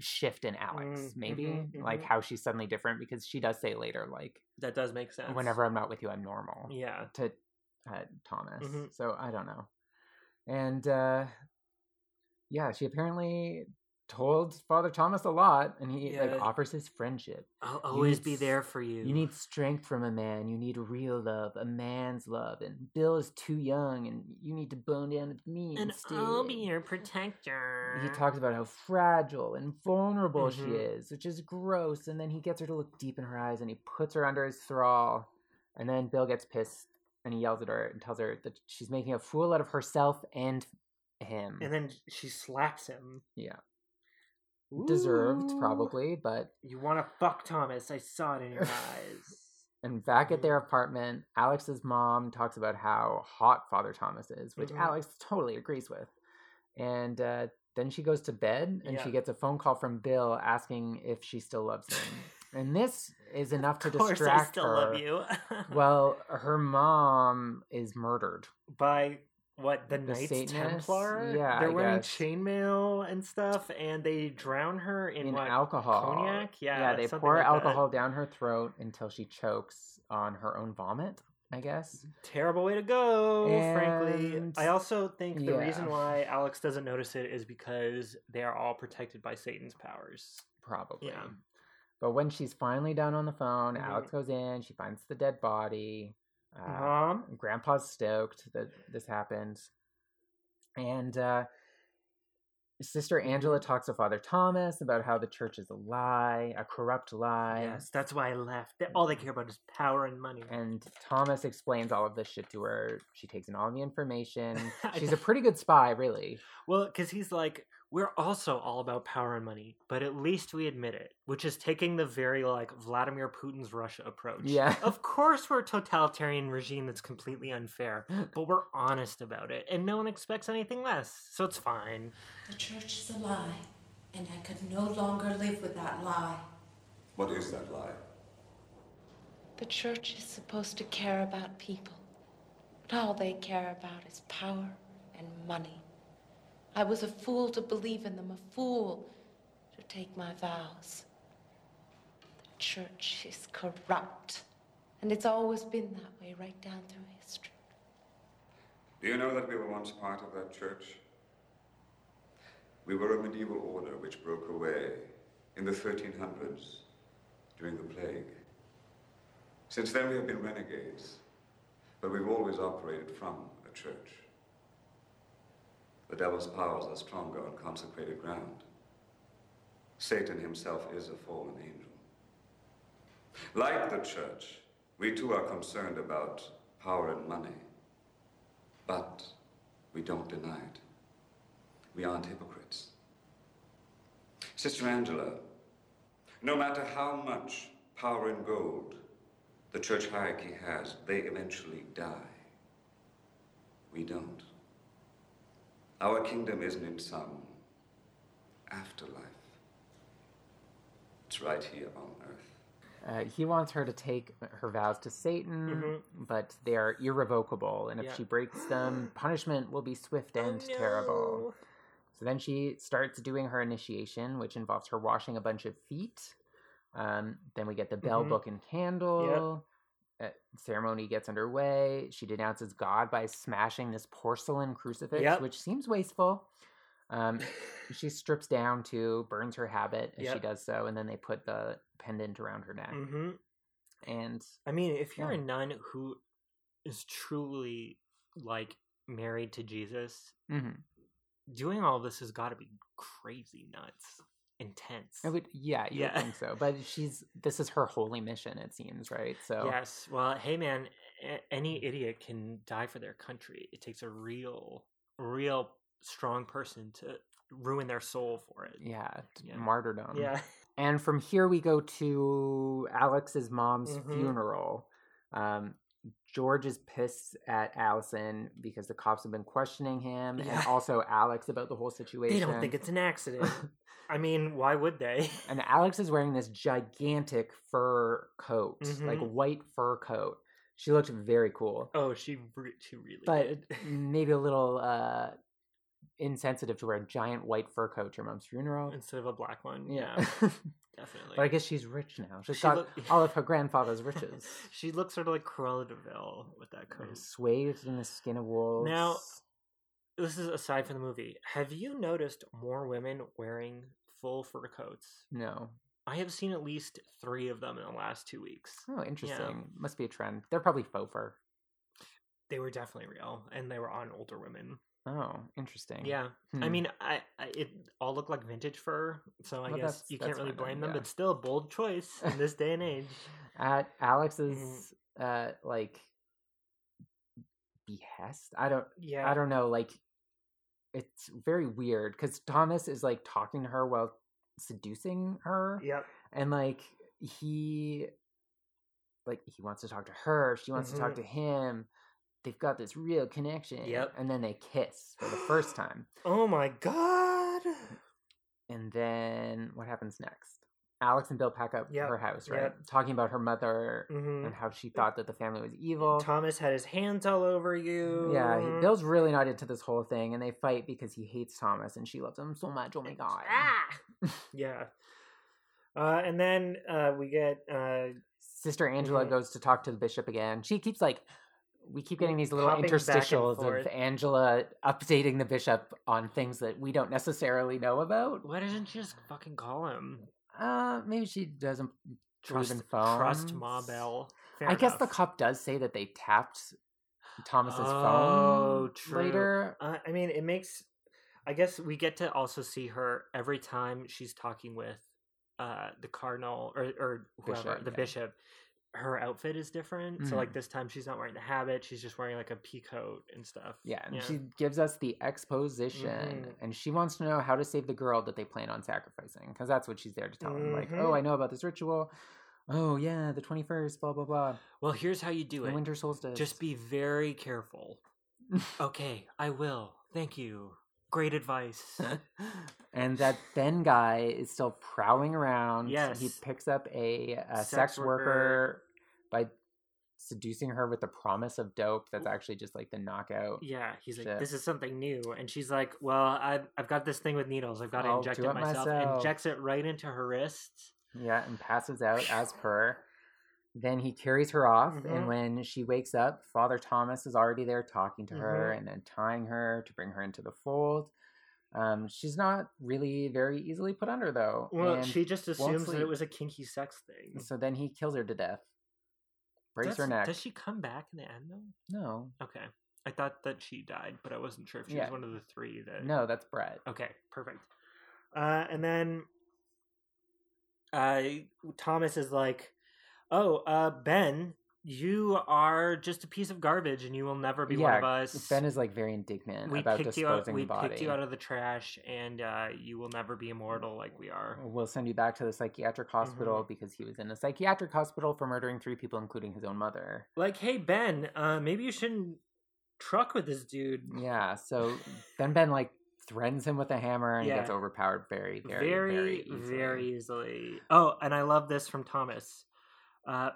H: shift in Alex,
I: Mm,
H: maybe
I: mhm,
H: like
I: mhm.
H: how she's suddenly different because she does say later, like,
I: that does make sense.
H: whenever I'm not with you, I'm normal
I: yeah,
H: to uh, Thomas.
I: Mhm.
H: So I don't know. And uh, yeah, she apparently told Father Thomas a lot, and he
I: Yeah.
H: like offers his friendship.
I: I'll always
H: need
I: be
H: s-
I: there for you.
H: You need strength from a man. You need real love, a man's love. And Bill is too young, and you need to bone down with me
I: and
H: instead.
I: I'll be your protector.
H: He talks about how fragile and vulnerable she
I: Mhm.
H: is, which is gross. And then he gets her to look deep in her eyes and he puts her under his thrall. And then Bill gets pissed and he yells at her and tells her that she's making a fool out of herself and him.
I: And then she slaps him.
H: yeah, deserved
I: Ooh.
H: probably, but
I: You want to fuck Thomas? I saw it in your eyes.
H: And back
I: Mm-hmm.
H: at their apartment, Alex's mom talks about how hot Father Thomas is, which
I: Mhm.
H: Alex totally agrees with. And uh, then she goes to bed and she
I: Yeah.
H: gets a phone call from Bill asking if she still loves him. and this is enough to
I: of course,
H: distract
I: I still
H: her.
I: love you.
H: well, her mom is murdered.
I: by what the,
H: The
I: Knights
H: Satanists?
I: Templar?
H: Yeah,
I: they're
H: I
I: wearing
H: guess.
I: chainmail and stuff, and they drown her in,
H: in
I: what?
H: alcohol.
I: cognac? Yeah,
H: yeah. They
I: something
H: pour
I: like that.
H: alcohol down her throat until she chokes on her own vomit. I guess.
I: Terrible way to go, frankly.
H: And-
I: I also think the
H: yeah.
I: reason why Alex doesn't notice it is because they are all protected by Satan's powers.
H: Probably. But when she's finally down on the phone,
I: Mhm.
H: Alex goes in. She finds the dead body. Uh,
I: Mom,
H: Grandpa's stoked that this happened. And uh, Sister Angela talks to Father Thomas about how the church is a lie, a corrupt lie.
I: yes, that's why I left. They- All they care about is power and money.
H: And Thomas explains all of this shit to her. She takes in all the information.
I: I
H: She's a
I: don't-
H: pretty good spy, really.
I: Well, because he's like, we're also all about power and money, but at least we admit it, which is taking the very like Vladimir Putin's Russia approach.
H: Yeah.
I: Of course, we're a totalitarian regime that's completely unfair, but we're honest about it, and no one expects anything less, so it's fine.
J: The church is a lie, and I could no longer live with that lie.
K: What is that lie?
J: The church is supposed to care about people, and all they care about is power and money. I was a fool to believe in them, a fool to take my vows. The church is corrupt, and it's always been that way right down through history.
K: Do you know that we were once part of that church? We were a medieval order which broke away in the 1300s during the plague. Since then, we have been renegades, but we've always operated from a church. The devil's powers are stronger on consecrated ground. Satan himself is a fallen angel. Like the church, we too are concerned about power and money. But we don't deny it. We aren't hypocrites. Sister Angela, no matter how much power and gold the church hierarchy has, they eventually die. We don't. Our kingdom isn't in some afterlife, it's right here on earth.
H: Uh, he wants her to take her vows to Satan, but they are irrevocable, and
I: Mm-hmm.
H: if
I: Yeah. Oh,
H: she breaks them, punishment will be swift and terrible. So then she starts doing her initiation, which involves her washing a bunch of feet. Um, then we get the bell,
I: Mhm.
H: book, and candle. Uh, ceremony gets underway. She denounces God by smashing this porcelain crucifix,
I: Yep.
H: which seems wasteful. Um, she strips down to burns her habit as she
I: Yep.
H: does so, and then they put the pendant around her neck.
I: hmm
H: And
I: I mean, if you're
H: Yeah.
I: a nun who is truly like married to Jesus,
H: mhm.
I: Mm-hmm. doing all this has got to be crazy nuts, intense.
H: I would, yeah, you
I: Yeah.
H: would think so. But she's this is her holy mission, it seems, right? So Mm.
I: Yes. Well, hey, man, a- any idiot can die for their country. It takes a real, real strong person to ruin their soul for it.
H: yeah, it's
I: Yeah.
H: martyrdom.
I: Yeah.
H: And from here we go to Alex's mom's
I: Mhm.
H: funeral. Um, George is pissed at Allison because the cops have been questioning him
I: Yeah.
H: and also Alex about the whole situation.
I: They don't think it's an accident. I mean, why would they?
H: and Alex is wearing this gigantic fur coat, like
I: Mhm.
H: white fur coat. She looked very cool,
I: Oh, she, re- she really
H: but
I: did.
H: maybe a little uh, insensitive to wear a giant white fur coat to your mom's funeral.
I: Instead of a black one. Yeah,
H: Yeah,
I: definitely.
H: but I guess she's rich now. She's
I: She
H: got
I: look-
H: all of her grandfather's riches,
I: she looks sort of like Cruella de Vil with that coat.
H: swathed in the skin of wolves.
I: This is aside from the movie. Have you noticed more women wearing full fur coats?
H: no,
I: I have seen at least three of them in the last two weeks.
H: oh, interesting. Must be a trend. They're probably faux fur.
I: They were definitely real, and they were on older women.
H: Oh, interesting.
I: Yeah, I
H: Hmm.
I: mean, I, I it all looked like vintage fur, so I
H: Well,
I: guess
H: that's-
I: you can't
H: that's
I: really
H: fine then,
I: blame them.
H: yeah.
I: But still, bold choice in this day and age.
H: At Alex's
I: Mm.
H: uh like behest i don't
I: Yeah.
H: i don't know like it's very weird because thomas is like talking to her while seducing her
I: Yep.
H: and like he like he wants to talk to her she wants to talk
I: Mhm.
H: to him they've got this real connection
I: Yep.
H: and then they kiss for the first time
I: Oh my god.
H: and then what happens next alex and bill pack up
I: Yep,
H: her house right
I: yep.
H: talking about her mother
I: Mhm.
H: and how she thought that the family was evil
I: Thomas had his hands all over you.
H: yeah he- bill's really not into this whole thing and they fight because he hates thomas and she loves him so much oh my god
I: Yeah. Uh, and then uh, we get uh,
H: sister angela
I: Mhm.
H: goes to talk to the bishop again she keeps like we keep getting these little
I: Popping back and
H: interstitials of
I: forth.
H: angela updating the bishop on things that we don't necessarily know about
I: why doesn't she just fucking call him?
H: uh maybe she doesn't trust
I: Trust,
H: phone
I: trust Ma Bell. Fair
H: I guess the
I: enough.
H: cop does say that they tapped Thomas's
I: Oh,
H: phone later.
I: Uh, I mean, it makes. I guess we get to also see her every time she's talking with uh, the cardinal or or whoever
H: Bishop,
I: the
H: yeah.
I: bishop. Her outfit is different, so
H: Mhm.
I: like this time she's not wearing the habit; she's just wearing like a pea coat and stuff.
H: Yeah, and she gives us the exposition,
I: Mhm.
H: and she wants to know how to save the girl that they plan on sacrificing, because that's what she's there to tell him. Like, oh,
I: Mhm.
H: I know about this ritual. Oh yeah, the twenty first, blah blah blah.
I: Well, here's how you do
H: The
I: it.
H: winter solstice.
I: Just be very careful. okay, I will. Thank you. Great advice.
H: and that then guy is still prowling around. he
I: Yes.
H: picks up a, uh sex,
I: Sex
H: worker
I: worker.
H: by seducing her with the promise of dope. That's actually just like the knockout.
I: Yeah, he's like,
H: Shit.
I: this is something new, and she's like, well, I've I've got this thing with needles. I've got to
H: I'll
I: inject
H: do
I: it
H: it
I: myself.
H: myself.
I: Injects it right into her wrist.
H: Yeah, and passes out as per. Then he carries her off, and
I: Mhm.
H: when she wakes up, Father Thomas is already there talking to her
I: Mhm.
H: and then tying her to bring her into the fold. Um, she's not really very easily put under, though.
I: Well,
H: and
I: she just
H: won't
I: assumes that it
H: sleep.
I: was a kinky sex thing.
H: So then he kills her to death, breaks her
I: Does-
H: neck.
I: Does she come back in the end though?
H: No,
I: Okay, I thought that she died, but I wasn't sure if she
H: Yeah.
I: was one of the three that.
H: no, that's Brett.
I: Okay, perfect. Uh, and then uh, Thomas is like, "Oh, uh, Ben, you are just a piece of garbage, and you will never be one of us.
H: Ben is like very indignant
I: we
H: about
I: picked you out.
H: disposing
I: We
H: the body.
I: picked you out of the trash, and uh, you will never be immortal like we are."
H: We'll send you back to the psychiatric hospital
I: Mm-hmm.
H: because he was in a psychiatric hospital for murdering three people, including his own mother.
I: Like, hey Ben, uh, maybe you shouldn't truck with this dude.
H: Yeah, so then Ben like threatens him with a hammer and he gets
I: Yeah.
H: overpowered very, very, very,
I: very,
H: easily.
I: very easily. Oh, and I love this from Thomas. Uh,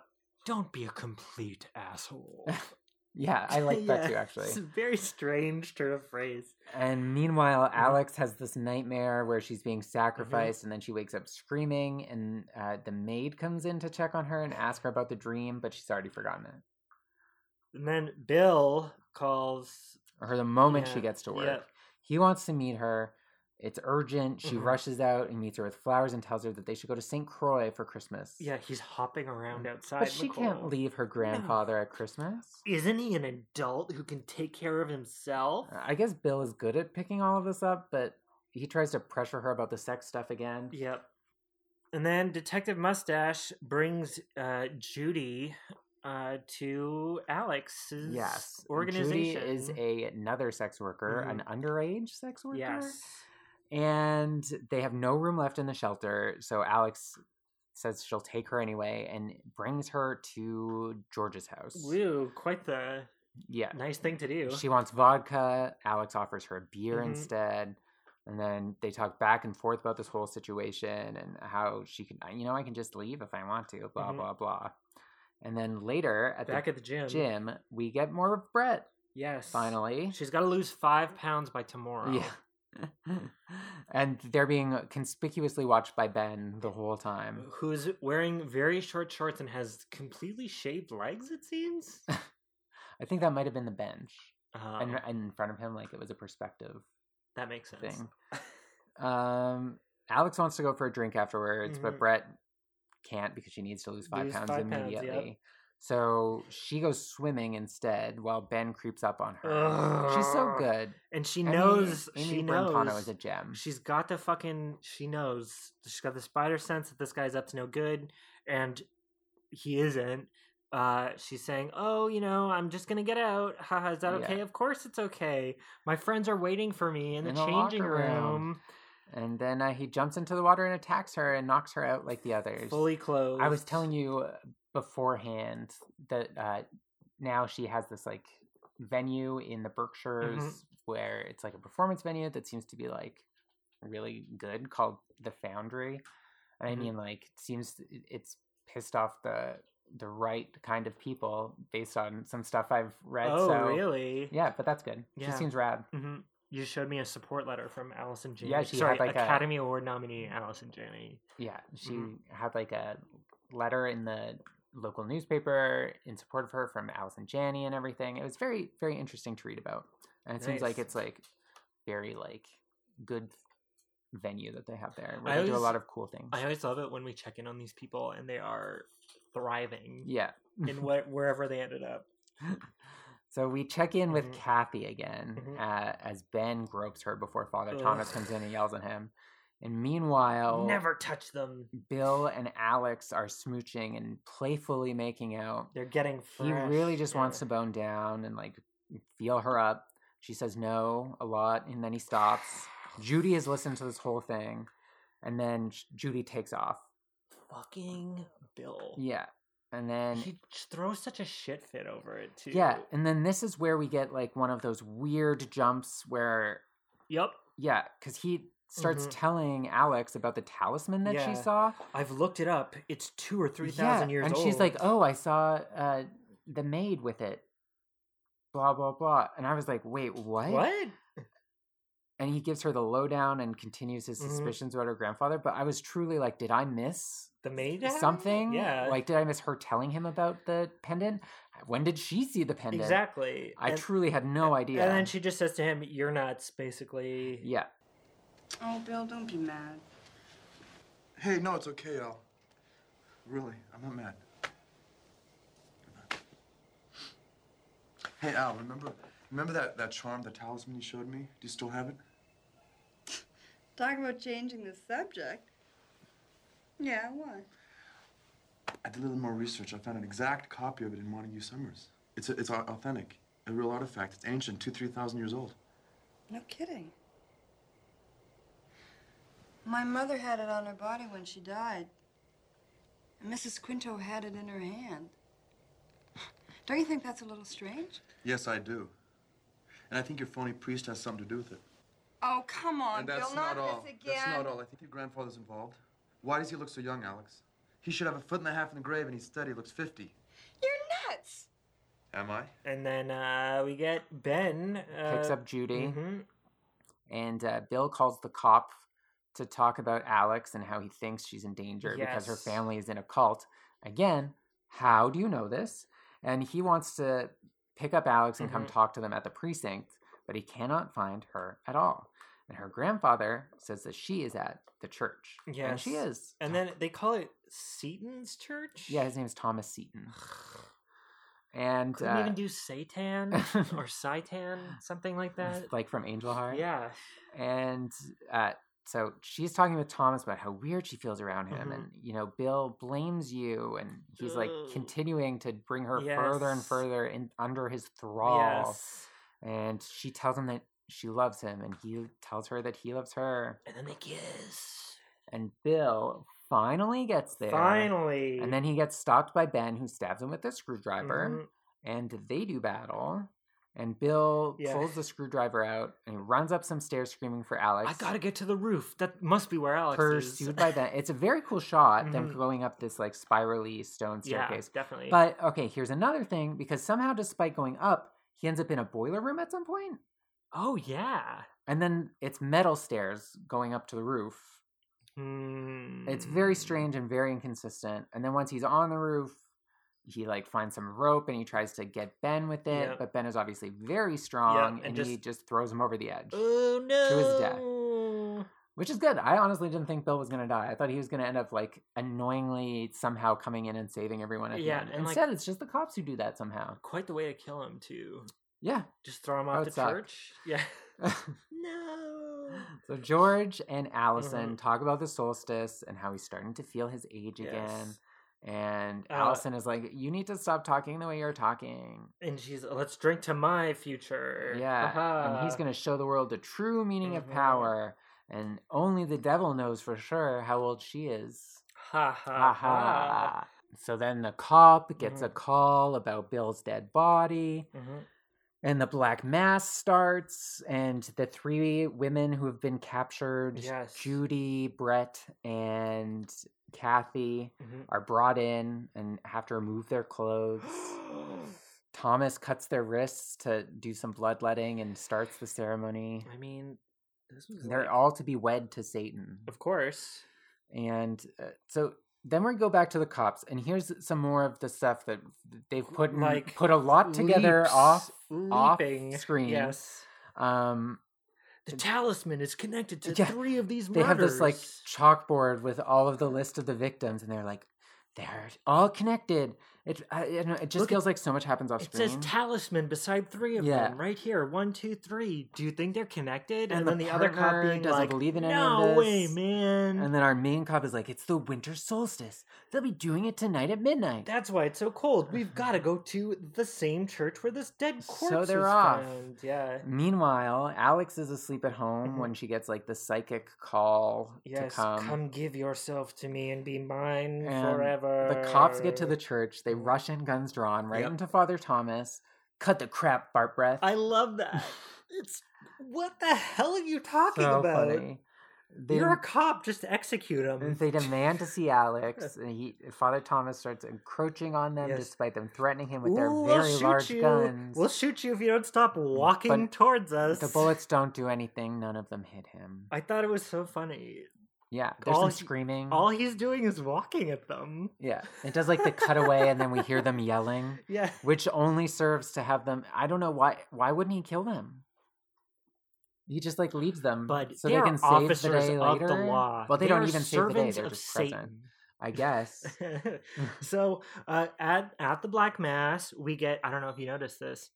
I: don't be a complete asshole.
H: Yeah, I like that too
I: Yeah,
H: actually.
I: It's a very strange turn of phrase.
H: And meanwhile,
I: Mm-hmm.
H: Alex has this nightmare where she's being sacrificed, and then she wakes up screaming. And uh, the maid comes in to check on her and ask her about the dream, but she's already forgotten it.
I: And then Bill calls.
H: Or the moment she
I: Yeah,
H: gets to work,
I: yeah.
H: he wants to meet her. It's urgent. She
I: Mhm.
H: rushes out and meets her with flowers and tells her that they should go to St. Croix for Christmas.
I: Yeah, he's hopping around outside.
H: but she can't
I: Nicole.
H: leave her grandfather at Christmas.
I: Isn't he an adult who can take care of himself?
H: I guess Bill is good at picking all of this up, but he tries to pressure her about the sex stuff again.
I: Yep. And then Detective Mustache brings uh, Judy uh, to Alex's
H: Yes.
I: organization.
H: Judy is a, another sex worker,
I: Mhm.
H: an underage sex worker.
I: yes.
H: And they have no room left in the shelter, so Alex says she'll take her anyway and brings her to George's house.
I: Woo, quite the
H: Yeah.
I: nice thing to do.
H: She wants vodka. Alex offers her a beer
I: Mhm.
H: instead. And then they talk back and forth about this whole situation and how she can, you know, I can just leave if I want to, blah,
I: Mhm.
H: blah, blah. And then later at
I: back
H: the
I: at the gym.
H: gym, we get more of Brett
I: Yes.
H: finally.
I: She's got to lose five pounds by tomorrow.
H: Yeah. and they're being conspicuously watched by Ben the whole time.
I: Who's wearing very short shorts and has completely shaved legs, it seems?
H: I think that might have been the bench. And,
I: Um,
H: and in front of him, like it was a perspective
I: that makes sense.
H: thing. Um, Alex wants to go for a drink afterwards, but
I: Mhm.
H: Brett can't because she needs to lose five
I: Lose
H: pounds
I: five pounds, yep.
H: immediately. So she goes swimming instead while Ben creeps up on her. She's so
I: Ugh.
H: good.
I: And she
H: Amy-
I: knows.
H: Amy
I: she
H: Brentano
I: knows.
H: is a gem.
I: She's got the fucking. She knows. She's got the spider sense that this guy's up to no good, and he isn't. uh, she's saying, "Oh, you know, I'm just gonna get out. Haha, is that
H: Yeah.
I: okay? Of course it's okay. My friends are waiting for me in the,
H: In the
I: changing
H: locker room.
I: room.
H: And then uh, he jumps into the water and attacks her and knocks her out like the others.
I: fully clothed.
H: I was telling you uh, beforehand that uh, now she has this like venue in the
I: Mm-hmm.
H: Berkshires where it's like a performance venue that seems to be like really good called the Foundry. And
I: Mhm.
H: I mean, like, it seems it- it's pissed off the the right kind of people based on some stuff I've read.
I: Oh,
H: so,
I: really?
H: Yeah, but that's good.
I: Yeah.
H: She seems rad.
I: hmm You showed me a support letter from Allison Janney.
H: Yeah, she had,
I: Sorry,
H: like, a-
I: Academy Award nominee Allison Janney.
H: Yeah, she
I: Mhm.
H: had like a letter in the local newspaper in support of her from Allison Janney and everything. It was very, very interesting to read about, and it seems like
I: Nice.
H: it's like very like good venue that they have there.
I: I
H: Where they do a
I: always-
H: lot of cool things.
I: I always love it when we check in on these people and they are thriving
H: Yeah.
I: in what wherever they ended up.
H: So we check in with
I: Mhm.
H: Kathy again
I: Mhm.
H: uh, as Ben gropes her before Father
I: Ugh.
H: Thomas comes in and yells at him. And meanwhile,
I: Never touch them.
H: Bill and Alex are smooching and playfully making out.
I: They're getting fresh.
H: he really just wants to
I: yeah.
H: bone down and like feel her up. She says no a lot, and then he stops. Judy has listened to this whole thing, and then sh- Judy takes off.
I: fucking Bill.
H: Yeah, and then
I: he just throws such a shit fit over it too.
H: yeah, and then this is where we get like one of those weird jumps where
I: Yep.
H: yeah, because he starts
I: Mhm.
H: telling Alex about the talisman that
I: Yeah.
H: she saw.
I: I've looked it up. It's two or three thousand years
H: and
I: old.
H: she's like, "Oh, I saw uh, the maid with it." Blah blah blah, and I was like, "Wait,
I: what?
H: and he gives her the lowdown and continues his
I: Mhm.
H: suspicions about her grandfather. But I was truly like, did I miss
I: The maid? had it?"
H: something?
I: Yeah.
H: Like, did I miss her telling him about the pendant? When did she see the pendant?
I: exactly.
H: I
I: And-
H: truly had no idea.
I: And then she just says to him, "You're nuts," basically.
H: yeah.
L: Oh, Bill, don't be mad.
B: Hey, no, it's okay, Al. Really, I'm not mad. Hey, Al, remember, remember that, that charm, the talisman you showed me? Do you still have it?
L: Talk about changing the subject. Yeah, why?
B: I did a little more research. I found an exact copy of it in Montague Summers. It's a, it's au- authentic, a real artifact. It's ancient, two, three thousand years old.
L: No kidding. My mother had it on her body when she died. And Mrs. Quinto had it in her hand. Don't you think that's a little strange?
B: Yes, I do. And I think your phony priest has something to do with it.
L: Oh, come on,
B: and that's
L: Bill,
B: not,
L: not,
B: all.
L: this again.
B: That's not all. I think your grandfather's involved. Why does he look so young, Alex? He should have a foot and a half in the grave, and he's steady. He looks fifty.
L: You're nuts.
B: Am I?
I: And then uh, we get Ben uh,
H: Picks up Judy.
I: mhm.
H: And uh, Bill calls the cop to talk about Alex and how he thinks she's in danger because her
I: Yes.
H: family is in a cult. Again, how do you know this? And he wants to pick up Alex and come
I: Mhm.
H: talk to them at the precinct, but he cannot find her at all. And her grandfather says that she is at the church. And she
I: Yes.
H: is.
I: And then they call it Seton's Church.
H: Yeah, his name is Thomas Seaton. And
I: Couldn't
H: uh,
I: even do Satan or Satan, something like that.
H: like from Angel Heart.
I: Yeah.
H: and uh, so she's talking with Thomas about how weird she feels around him,
I: Mhm.
H: and you know Bill blames you, and he's like
I: Ugh.
H: continuing to bring her further and
I: Yes.
H: further in under his thrall,
I: Yes.
H: and she tells him that she loves him, and he tells her that he loves her,
I: And then they kiss.
H: and Bill finally gets there,
I: Finally.
H: and then he gets stopped by Ben, who stabs him with a screwdriver
I: Mhm.
H: and they do battle. And Bill
I: Yeah.
H: pulls the screwdriver out and he runs up some stairs screaming for Alex.
I: I gotta get to the roof. That must be where Alex is.
H: pursued by them. It's a very cool shot, them
I: Mhm.
H: going up this like spirally stone
I: yeah,
H: staircase.
I: definitely.
H: But okay, here's another thing because somehow, despite going up, he ends up in a boiler room at some point,
I: oh yeah,
H: and then it's metal stairs going up to the roof. It's very
I: Hmm.
H: strange and very inconsistent. And then once he's on the roof, he like finds some rope and he tries to get Ben with it,
I: Yep.
H: but Ben is obviously very strong
I: and
H: and, he
I: just-
H: just throws him over the edge,
I: Oh no.
H: his death. which is good. I honestly didn't think Bill was going to die. I thought he was going to end up like annoyingly somehow coming in and saving everyone at
I: Yeah,
H: the end.
I: and, like-
H: Instead, it's just the cops who do that somehow.
I: Quite the way to kill him too.
H: Yeah.
I: Just throw him
H: That
I: off
H: would
I: the
H: suck.
I: church. Yeah. no.
H: so George and Allison
I: Mhm.
H: talk about the solstice and how he's starting to feel his age again.
I: Yes.
H: And
I: Uh,
H: Allison is like, "You need to stop talking the way you're talking."
I: And she's let's drink to my future.
H: Yeah, and he's
I: Haha.
H: gonna show the world the true meaning
I: Mm-hmm.
H: of power, and only the devil knows for sure how old she is.
I: Ha ha
H: Ha
I: ha.
H: ha. So then the cop gets a
I: Mhm.
H: call about Bill's dead body.
I: Mhm.
H: And the black mass starts, and the three women who have been captured
I: Yes.
H: Judy, Brett, and Kathy
I: Mhm.
H: are brought in and have to remove their clothes. Thomas cuts their wrists to do some bloodletting and starts the ceremony.
I: I mean, this was
H: They're
I: like-
H: all to be wed to Satan.
I: of course.
H: And uh, so then we go back to the cops, and here's some more of the stuff that they've put in,
I: Like,
H: put a lot together
I: leaps,
H: off
I: leaping,
H: off screen.
I: Yes.
H: Um,
I: The talisman is connected to
H: Yeah,
I: three of these
H: they
I: murders.
H: have this like chalkboard with all of the list of the victims, and they're like, they're all connected. It uh, I, I don't know, it just
I: Look at-
H: feels like so much happens off
I: It
H: screen.
I: says talisman beside three of
H: Yeah.
I: them right here. One, two, three. Do you think they're connected?
H: And
I: And,
H: the
I: then the other cop
H: partner
I: being
H: doesn't
I: like,
H: believe in any of
I: no way,
H: this."
I: man.
H: and then our main cop is like, it's the winter solstice. They'll be doing it tonight at midnight.
I: That's why it's so cold. We've got to go to the same church where this dead corpse
H: So they're
I: was
H: off.
I: found. Yeah.
H: Meanwhile, Alex is asleep at home when she gets like the psychic call to
I: Mm-hmm. Yes,
H: come.
I: come. give yourself to me and be mine
H: and
I: forever.
H: The cops get to the church. They rush in, guns drawn, right
I: Yep.
H: into Father Thomas. Cut the crap, Bart Breath.
I: I love that. it's what the hell are you talking
H: so
I: about?
H: funny. They,
I: You're a cop. Just execute him.
H: they demand to see Alex, and he, Father Thomas starts encroaching on them,
I: Yes.
H: despite them threatening him with their
I: Ooh,
H: very
I: shoot
H: large
I: you.
H: guns.
I: We'll shoot you if you don't stop walking towards us.
H: the bullets don't do anything. None of them hit him.
I: I thought it was so funny.
H: Yeah, there's
I: All
H: some
I: he-
H: screaming.
I: All he's doing is walking at them.
H: Yeah, it does like the cutaway, and then we hear them yelling,
I: Yeah.
H: which only serves to have them. I don't know why. Why wouldn't he kill them? He just like leaves them,
I: But
H: so they
I: they're
H: can save the
I: officers
H: day
I: of
H: later.
I: the law.
H: Well, they,
I: are
H: don't even save the day;
I: servants
H: they're
I: of
H: just present.
I: Satan.
H: I guess.
I: so uh, at at the Black Mass, we get I don't know if you noticed this.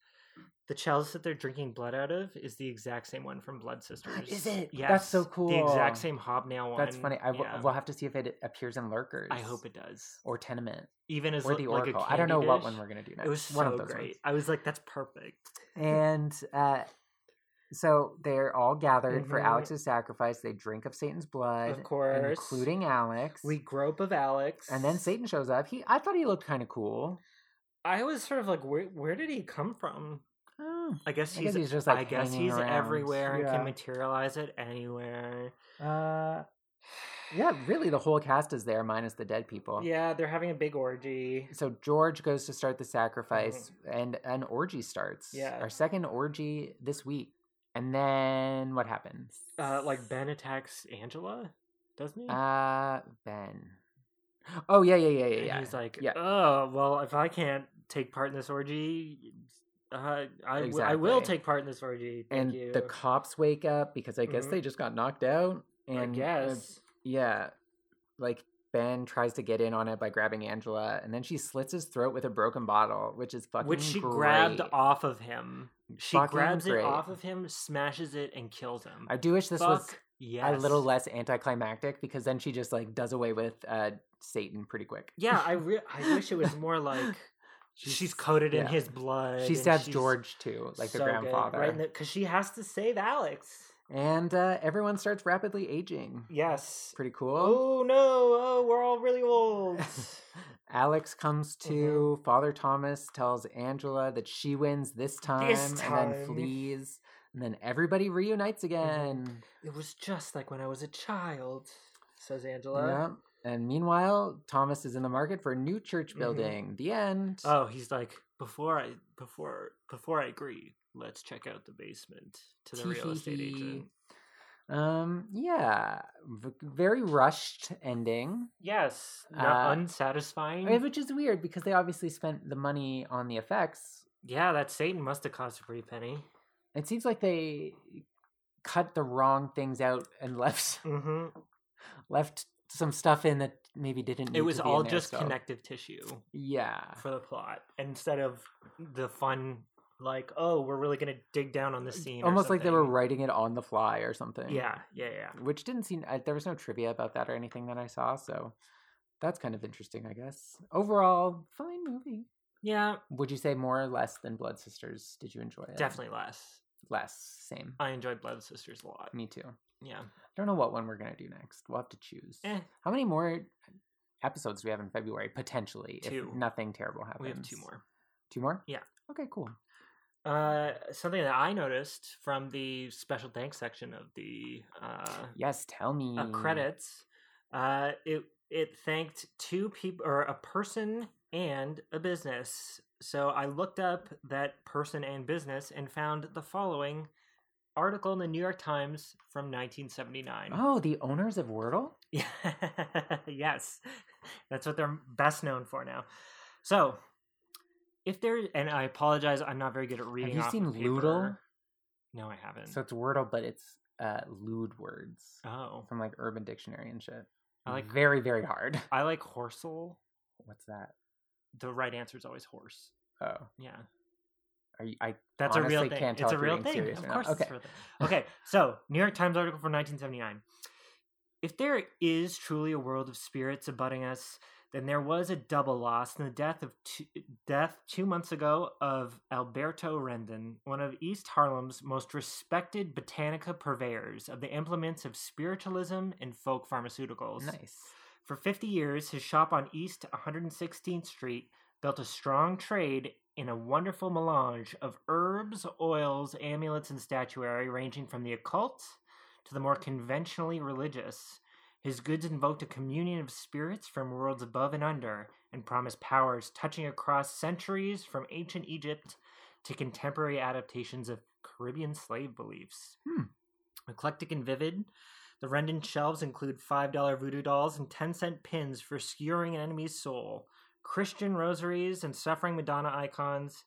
I: The chalice that they're drinking blood out of is the exact same one from Blood Sisters.
H: Is it?
I: Yes.
H: That's so
I: The
H: cool.
I: exact same hobnail one.
H: That's funny. I w-
I: Yeah.
H: We'll have to see if it appears in Lurkers.
I: I hope it does.
H: or Tenement
I: Even as
H: or
I: li-
H: the
I: like a
H: Oracle. I don't
I: candy
H: know what
I: dish.
H: one we're gonna do next.
I: It was
H: one
I: so
H: of those
I: great.
H: ones.
I: I was like, that's perfect.
H: and uh, so they're all gathered for
I: Mhm.
H: Alex's sacrifice. They drink of Satan's blood,
I: Of course.
H: including Alex.
I: We grope of Alex.
H: and then Satan shows up. He, I thought he looked kind of cool.
I: I was sort of like, where where did he come from?
H: Oh,
I: I guess
H: I guess
I: he's,
H: he's just, like,
I: I guess
H: hanging
I: he's
H: around.
I: everywhere and
H: Yeah.
I: can materialize it anywhere.
H: uh, yeah, really, the whole cast is there, minus the dead people.
I: Yeah, they're having a big orgy.
H: So George goes to start the sacrifice, and an orgy starts.
I: Yeah.
H: our second orgy this week. And then what happens?
I: Uh, like Ben attacks Angela, doesn't he?
H: Uh, Ben. Oh yeah, yeah, yeah, yeah,
I: and
H: yeah.
I: he's like,
H: yeah.
I: "Oh, well, if I can't take part in this orgy, uh, I w- I will
H: Exactly.
I: take part in this orgy." Thank
H: and
I: you.
H: the cops wake up because I guess
I: Mhm.
H: they just got knocked out. And
I: I
H: uh,
I: guess.
H: yeah, like Ben tries to get in on it by grabbing Angela, and then she slits his throat with a broken bottle, which is fucking
I: which she grabbed
H: great.
I: off of him. She
H: Fucking
I: grabs
H: great.
I: it off of him, smashes it, and kills him.
H: I do wish this was
I: Fuck yes.
H: a little less anticlimactic because then she just like does away with uh Satan pretty quick.
I: Yeah, I re- I wish it was more like she's, coated in
H: yeah.
I: his blood.
H: she
I: and
H: stabs
I: she's
H: George too, like the
I: so good,
H: grandfather,
I: right? Because she has to save Alex.
H: and uh, everyone starts rapidly aging.
I: Yes.
H: Pretty cool.
I: Oh no! Oh, we're all really old.
H: Alex comes
I: Mm-hmm.
H: to. Father Thomas tells Angela that she wins this time, and
I: time. Mm-hmm.
H: then flees. And then everybody reunites again.
I: it was just like when I was a child, says
H: Yeah.
I: Angela.
H: And meanwhile, Thomas is in the market for a new church
I: Mhm.
H: building. The end.
I: Oh, he's like before I before before I agree. Let's check out the basement to the real estate
H: Tee-hee-hee.
I: agent.
H: E Um. Yeah. V- very rushed ending,
I: Yes, not
H: Uh, I
I: unsatisfying.
H: mean, which is weird because they obviously spent the money on the effects.
I: yeah, that Satan must have cost a pretty penny.
H: It seems like they cut the wrong things out and left
I: Mm-hmm.
H: left some stuff in that maybe didn't. Need
I: it was
H: to be
I: all
H: in there Ah.
I: just
H: still.
I: connective tissue
H: Yeah,
I: for the plot instead of the fun like oh we're really gonna dig down on the scene or
H: almost like they were
I: something.
H: writing it on the fly or something.
I: yeah yeah yeah
H: which didn't seem. I, there was no trivia about that or anything that I saw, so that's kind of interesting, I guess. Overall, fine movie.
I: Yeah.
H: Would you say more or less than Blood Sisters? Did you enjoy it?
I: Definitely Uh, less.
H: Less, same.
I: I enjoyed Blood Sisters a lot.
H: Me too.
I: Yeah.
H: I don't know what one we're gonna do next. We'll have to choose.
I: Eh.
H: How many more episodes do we have in February potentially
I: Two.
H: if nothing terrible happens?
I: We have two more.
H: Two more?
I: Yeah.
H: Okay, cool.
I: Uh, something that I noticed from the special thanks section of the uh,
H: Yes, tell me.
I: uh, credits, uh, it it thanked two people or a person and a business. So I looked up that person and business and found the following article in the New York Times from 1979.
H: Oh, the owners of Wordle?
I: yes, that's what they're best known for now. So, if there and I apologize, I'm not very good at reading.
H: you
I: off
H: seen
I: of
H: Loodle?
I: paper. No, I haven't.
H: So it's Wordle, but it's uh lewd words
I: oh,
H: from like Urban Dictionary and shit.
I: I like-
H: very, very hard.
I: I like horsel.
H: What's that?
I: The right answer is always horse.
H: Oh.
I: Yeah.
H: Are you, I
I: That's a real
H: honestly
I: thing.
H: Can't tell
I: it's a
H: if you're
I: real
H: being
I: thing.
H: serious
I: Of
H: or not.
I: course,
H: Okay.
I: it's a real thing. Okay, so New York Times article from 1979. If there is truly a world of spirits abutting us, then there was a double loss in the death of two, death two months ago of Alberto Rendon, one of East Harlem's most respected botanica purveyors of the implements of spiritualism and folk pharmaceuticals.
H: Nice.
I: For 50 years, his shop on East 116th Street built a strong trade in a wonderful melange of herbs, oils, amulets, and statuary ranging from the occult to the more conventionally religious. His goods invoked a communion of spirits from worlds above and under and promised powers touching across centuries from ancient Egypt to contemporary adaptations of Caribbean slave beliefs.
H: Hmm.
I: Eclectic and vivid, the Rendon shelves include $5 voodoo dolls and 10 cent pins for skewering an enemy's soul, Christian rosaries and suffering Madonna icons,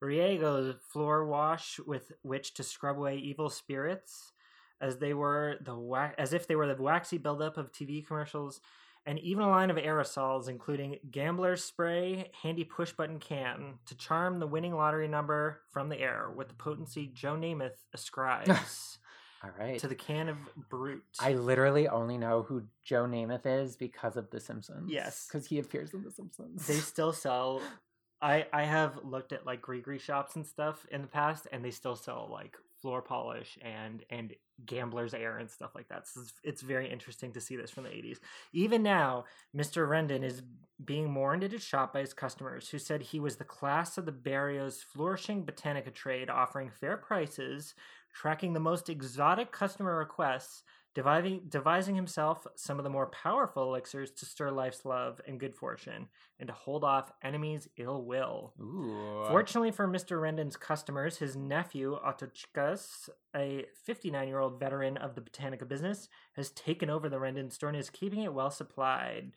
I: Riego floor wash with which to scrub away evil spirits, as they were the wa- as if they were the waxy buildup of TV commercials, and even a line of aerosols including gambler spray, handy push button can to charm the winning lottery number from the air with the potency Joe Namath ascribes
H: All right.
I: to the can of brute.
H: I literally only know who Joe Namath is because of The Simpsons.
I: Yes.
H: Because he appears in The Simpsons.
I: they still sell i i have looked at like gree shops and stuff in the past and they still sell like floor polish and and gambler's air and stuff like that so it's, it's very interesting to see this from the 80s even now mr rendon is being mourned at his shop by his customers who said he was the class of the barrio's flourishing botanica trade offering fair prices tracking the most exotic customer requests devising, devising himself some of the more powerful elixirs to stir life's love and good fortune and to hold off enemies' ill will.
H: Ooh.
I: Fortunately for Mr. Rendon's customers, his nephew, Otochkas, a 59 year old veteran of the Botanica business, has taken over the Rendon store and is keeping it well supplied.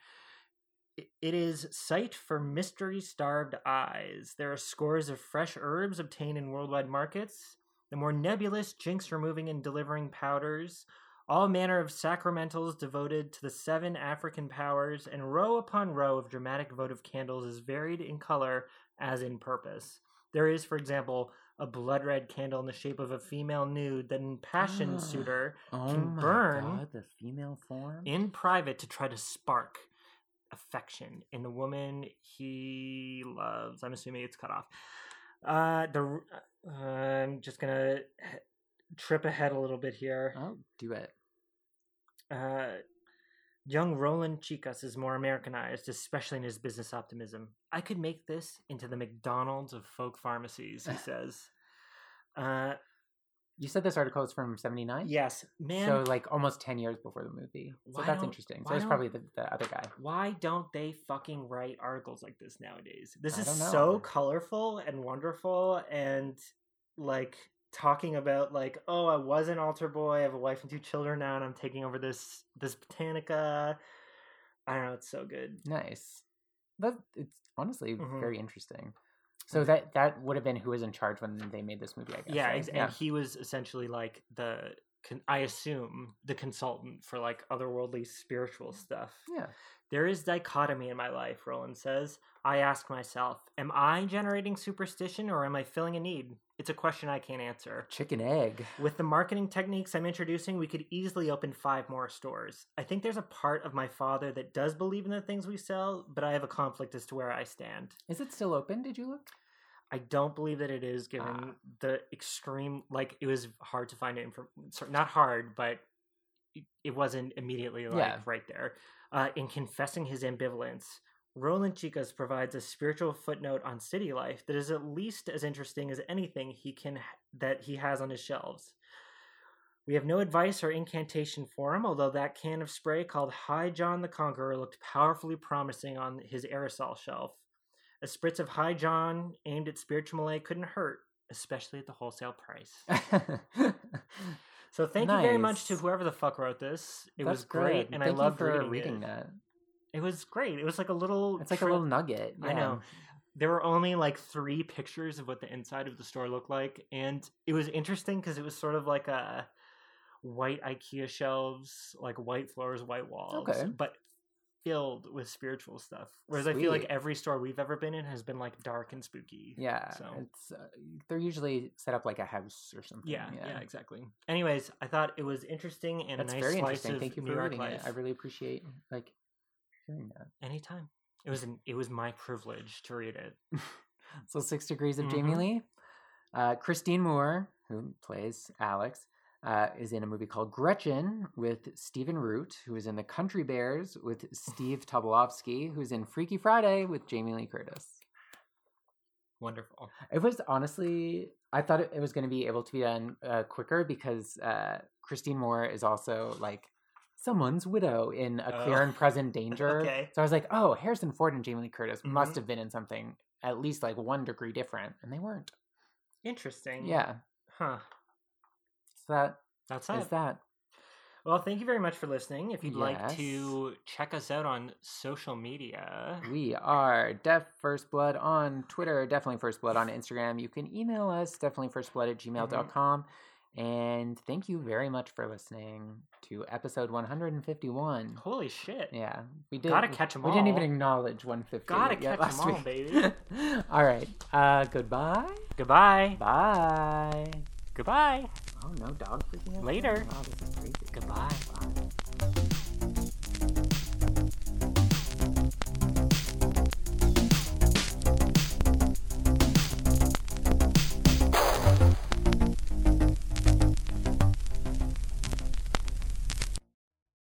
I: I- It is sight for mystery starved eyes. There are scores of fresh herbs obtained in worldwide markets, the more nebulous jinx removing and delivering powders, all manner of sacramentals devoted to the seven African powers, and row upon row of dramatic votive candles as varied in color as in purpose. There is, for example, a blood red candle in the shape of a female nude that an impassioned suitor
H: oh
I: can
H: my
I: burn
H: God, the female form?
I: in private to try to spark affection in the woman he loves. I'm assuming it's cut off. Uh, the uh, I'm just gonna he- trip ahead a little bit here.
H: oh, do it.
I: Uh, young Roland Chicas is more Americanized, especially in his business optimism. I could make this into the McDonald's of folk pharmacies, he says. Uh,
H: You said this article is from 79?
I: yes, man.
H: So, like, almost 10 years before the movie. So
I: Why
H: that's
I: don't-
H: interesting. So
I: why
H: it's
I: don't-
H: probably the, the other guy.
I: why don't they fucking write articles like this nowadays? This
H: I
I: is
H: don't know.
I: so colorful and wonderful and like talking about like, oh, I was an altar boy, I have a wife and two children now and I'm taking over this this botanica. I don't know, it's so good.
H: Nice. That It's honestly
I: Mhm.
H: very interesting. So
I: Mhm.
H: that that would have been who was in charge when they made this movie, I guess.
I: yeah,
H: right?
I: ex- and he was essentially like the con- I assume the consultant for like otherworldly spiritual stuff.
H: yeah.
I: There is dichotomy in my life, Roland says. I ask myself, am I generating superstition or am I filling a need? It's a question I can't answer.
H: Chicken egg.
I: With the marketing techniques I'm introducing, we could easily open five more stores. I think there's a part of my father that does believe in the things we sell, but I have a conflict as to where I stand.
H: Is it still open? Did you look?
I: I don't believe that it is, given
H: Ah.
I: the extreme. Like it was hard to find it. Infor- sorry, not hard, but it- it wasn't immediately like
H: Yeah.
I: right there. Uh, in confessing his ambivalence, Roland Chicas provides a spiritual footnote on city life that is at least as interesting as anything he can that he has on his shelves. We have no advice or incantation for him, although that can of spray called High John the Conqueror looked powerfully promising on his aerosol shelf. A spritz of High John aimed at spiritual Malay couldn't hurt, especially at the wholesale price. so thank you very much to
H: Nice.
I: whoever the fuck wrote this. It was
H: That's
I: great,
H: good.
I: and
H: Thank
I: I
H: you
I: loved
H: for
I: reading,
H: reading
I: it.
H: that.
I: It was great. It was like a little.
H: It's like a
I: tri-
H: little nugget.
I: I
H: yeah.
I: know. There were only like three pictures of what the inside of the store looked like, and it was interesting because it was sort of like a white IKEA shelves, like white floors, white walls,
H: Okay.
I: but filled with spiritual stuff. Whereas I feel like
H: Sweet.
I: every store we've ever been in has been like dark and spooky.
H: Yeah,
I: So
H: it's uh, they're usually set up like a house or something.
I: yeah, yeah, exactly. Anyways, I thought it was interesting and
H: That's
I: a nice
H: very
I: slice
H: interesting.
I: of
H: Thank you
I: New
H: for
I: York
H: reading
I: life.
H: it. I really appreciate like hearing that.
I: Anytime. It was an, it was my privilege to read it.
H: So six degrees of Jamie
I: Mhm.
H: Lee. Uh, Christine Moore, who plays Alex, uh, is in a movie called Gretchen with Stephen Root, who is in The Country Bears with Steve Tobolowsky, who's in Freaky Friday with Jamie Lee Curtis.
I: Wonderful.
H: It was honestly, I thought it, it was going to be able to be done uh, quicker because uh, Christine Moore is also like someone's widow in A Clear
I: Oh.
H: and Present Danger.
I: Okay.
H: So I was like, oh, Harrison Ford and Jamie Lee Curtis
I: Mhm.
H: must have been in something at least like one degree different, and they weren't.
I: Interesting.
H: Yeah.
I: Huh.
H: So that
I: That's
H: is
I: it.
H: that.
I: Well, thank you very much for listening. If you'd like
H: Yes.
I: to check us out on social media,
H: We are Def First Blood on Twitter, definitely First Blood on Instagram. You can email us,
I: Mm-hmm.
H: definitely firstblood at gmail.com. And thank you very much for listening to episode 151.
I: holy shit.
H: Yeah, we did.
I: Gotta catch 'em
H: We didn't even
I: all.
H: acknowledge 150.
I: Gotta
H: yet
I: catch 'em
H: last
I: all,
H: week.
I: baby.
H: all right. Uh, goodbye.
I: Goodbye.
H: Bye.
I: Goodbye.
H: Oh no, dog freaking out.
I: Later.
H: Wow, this is crazy.
I: Goodbye.
H: Bye.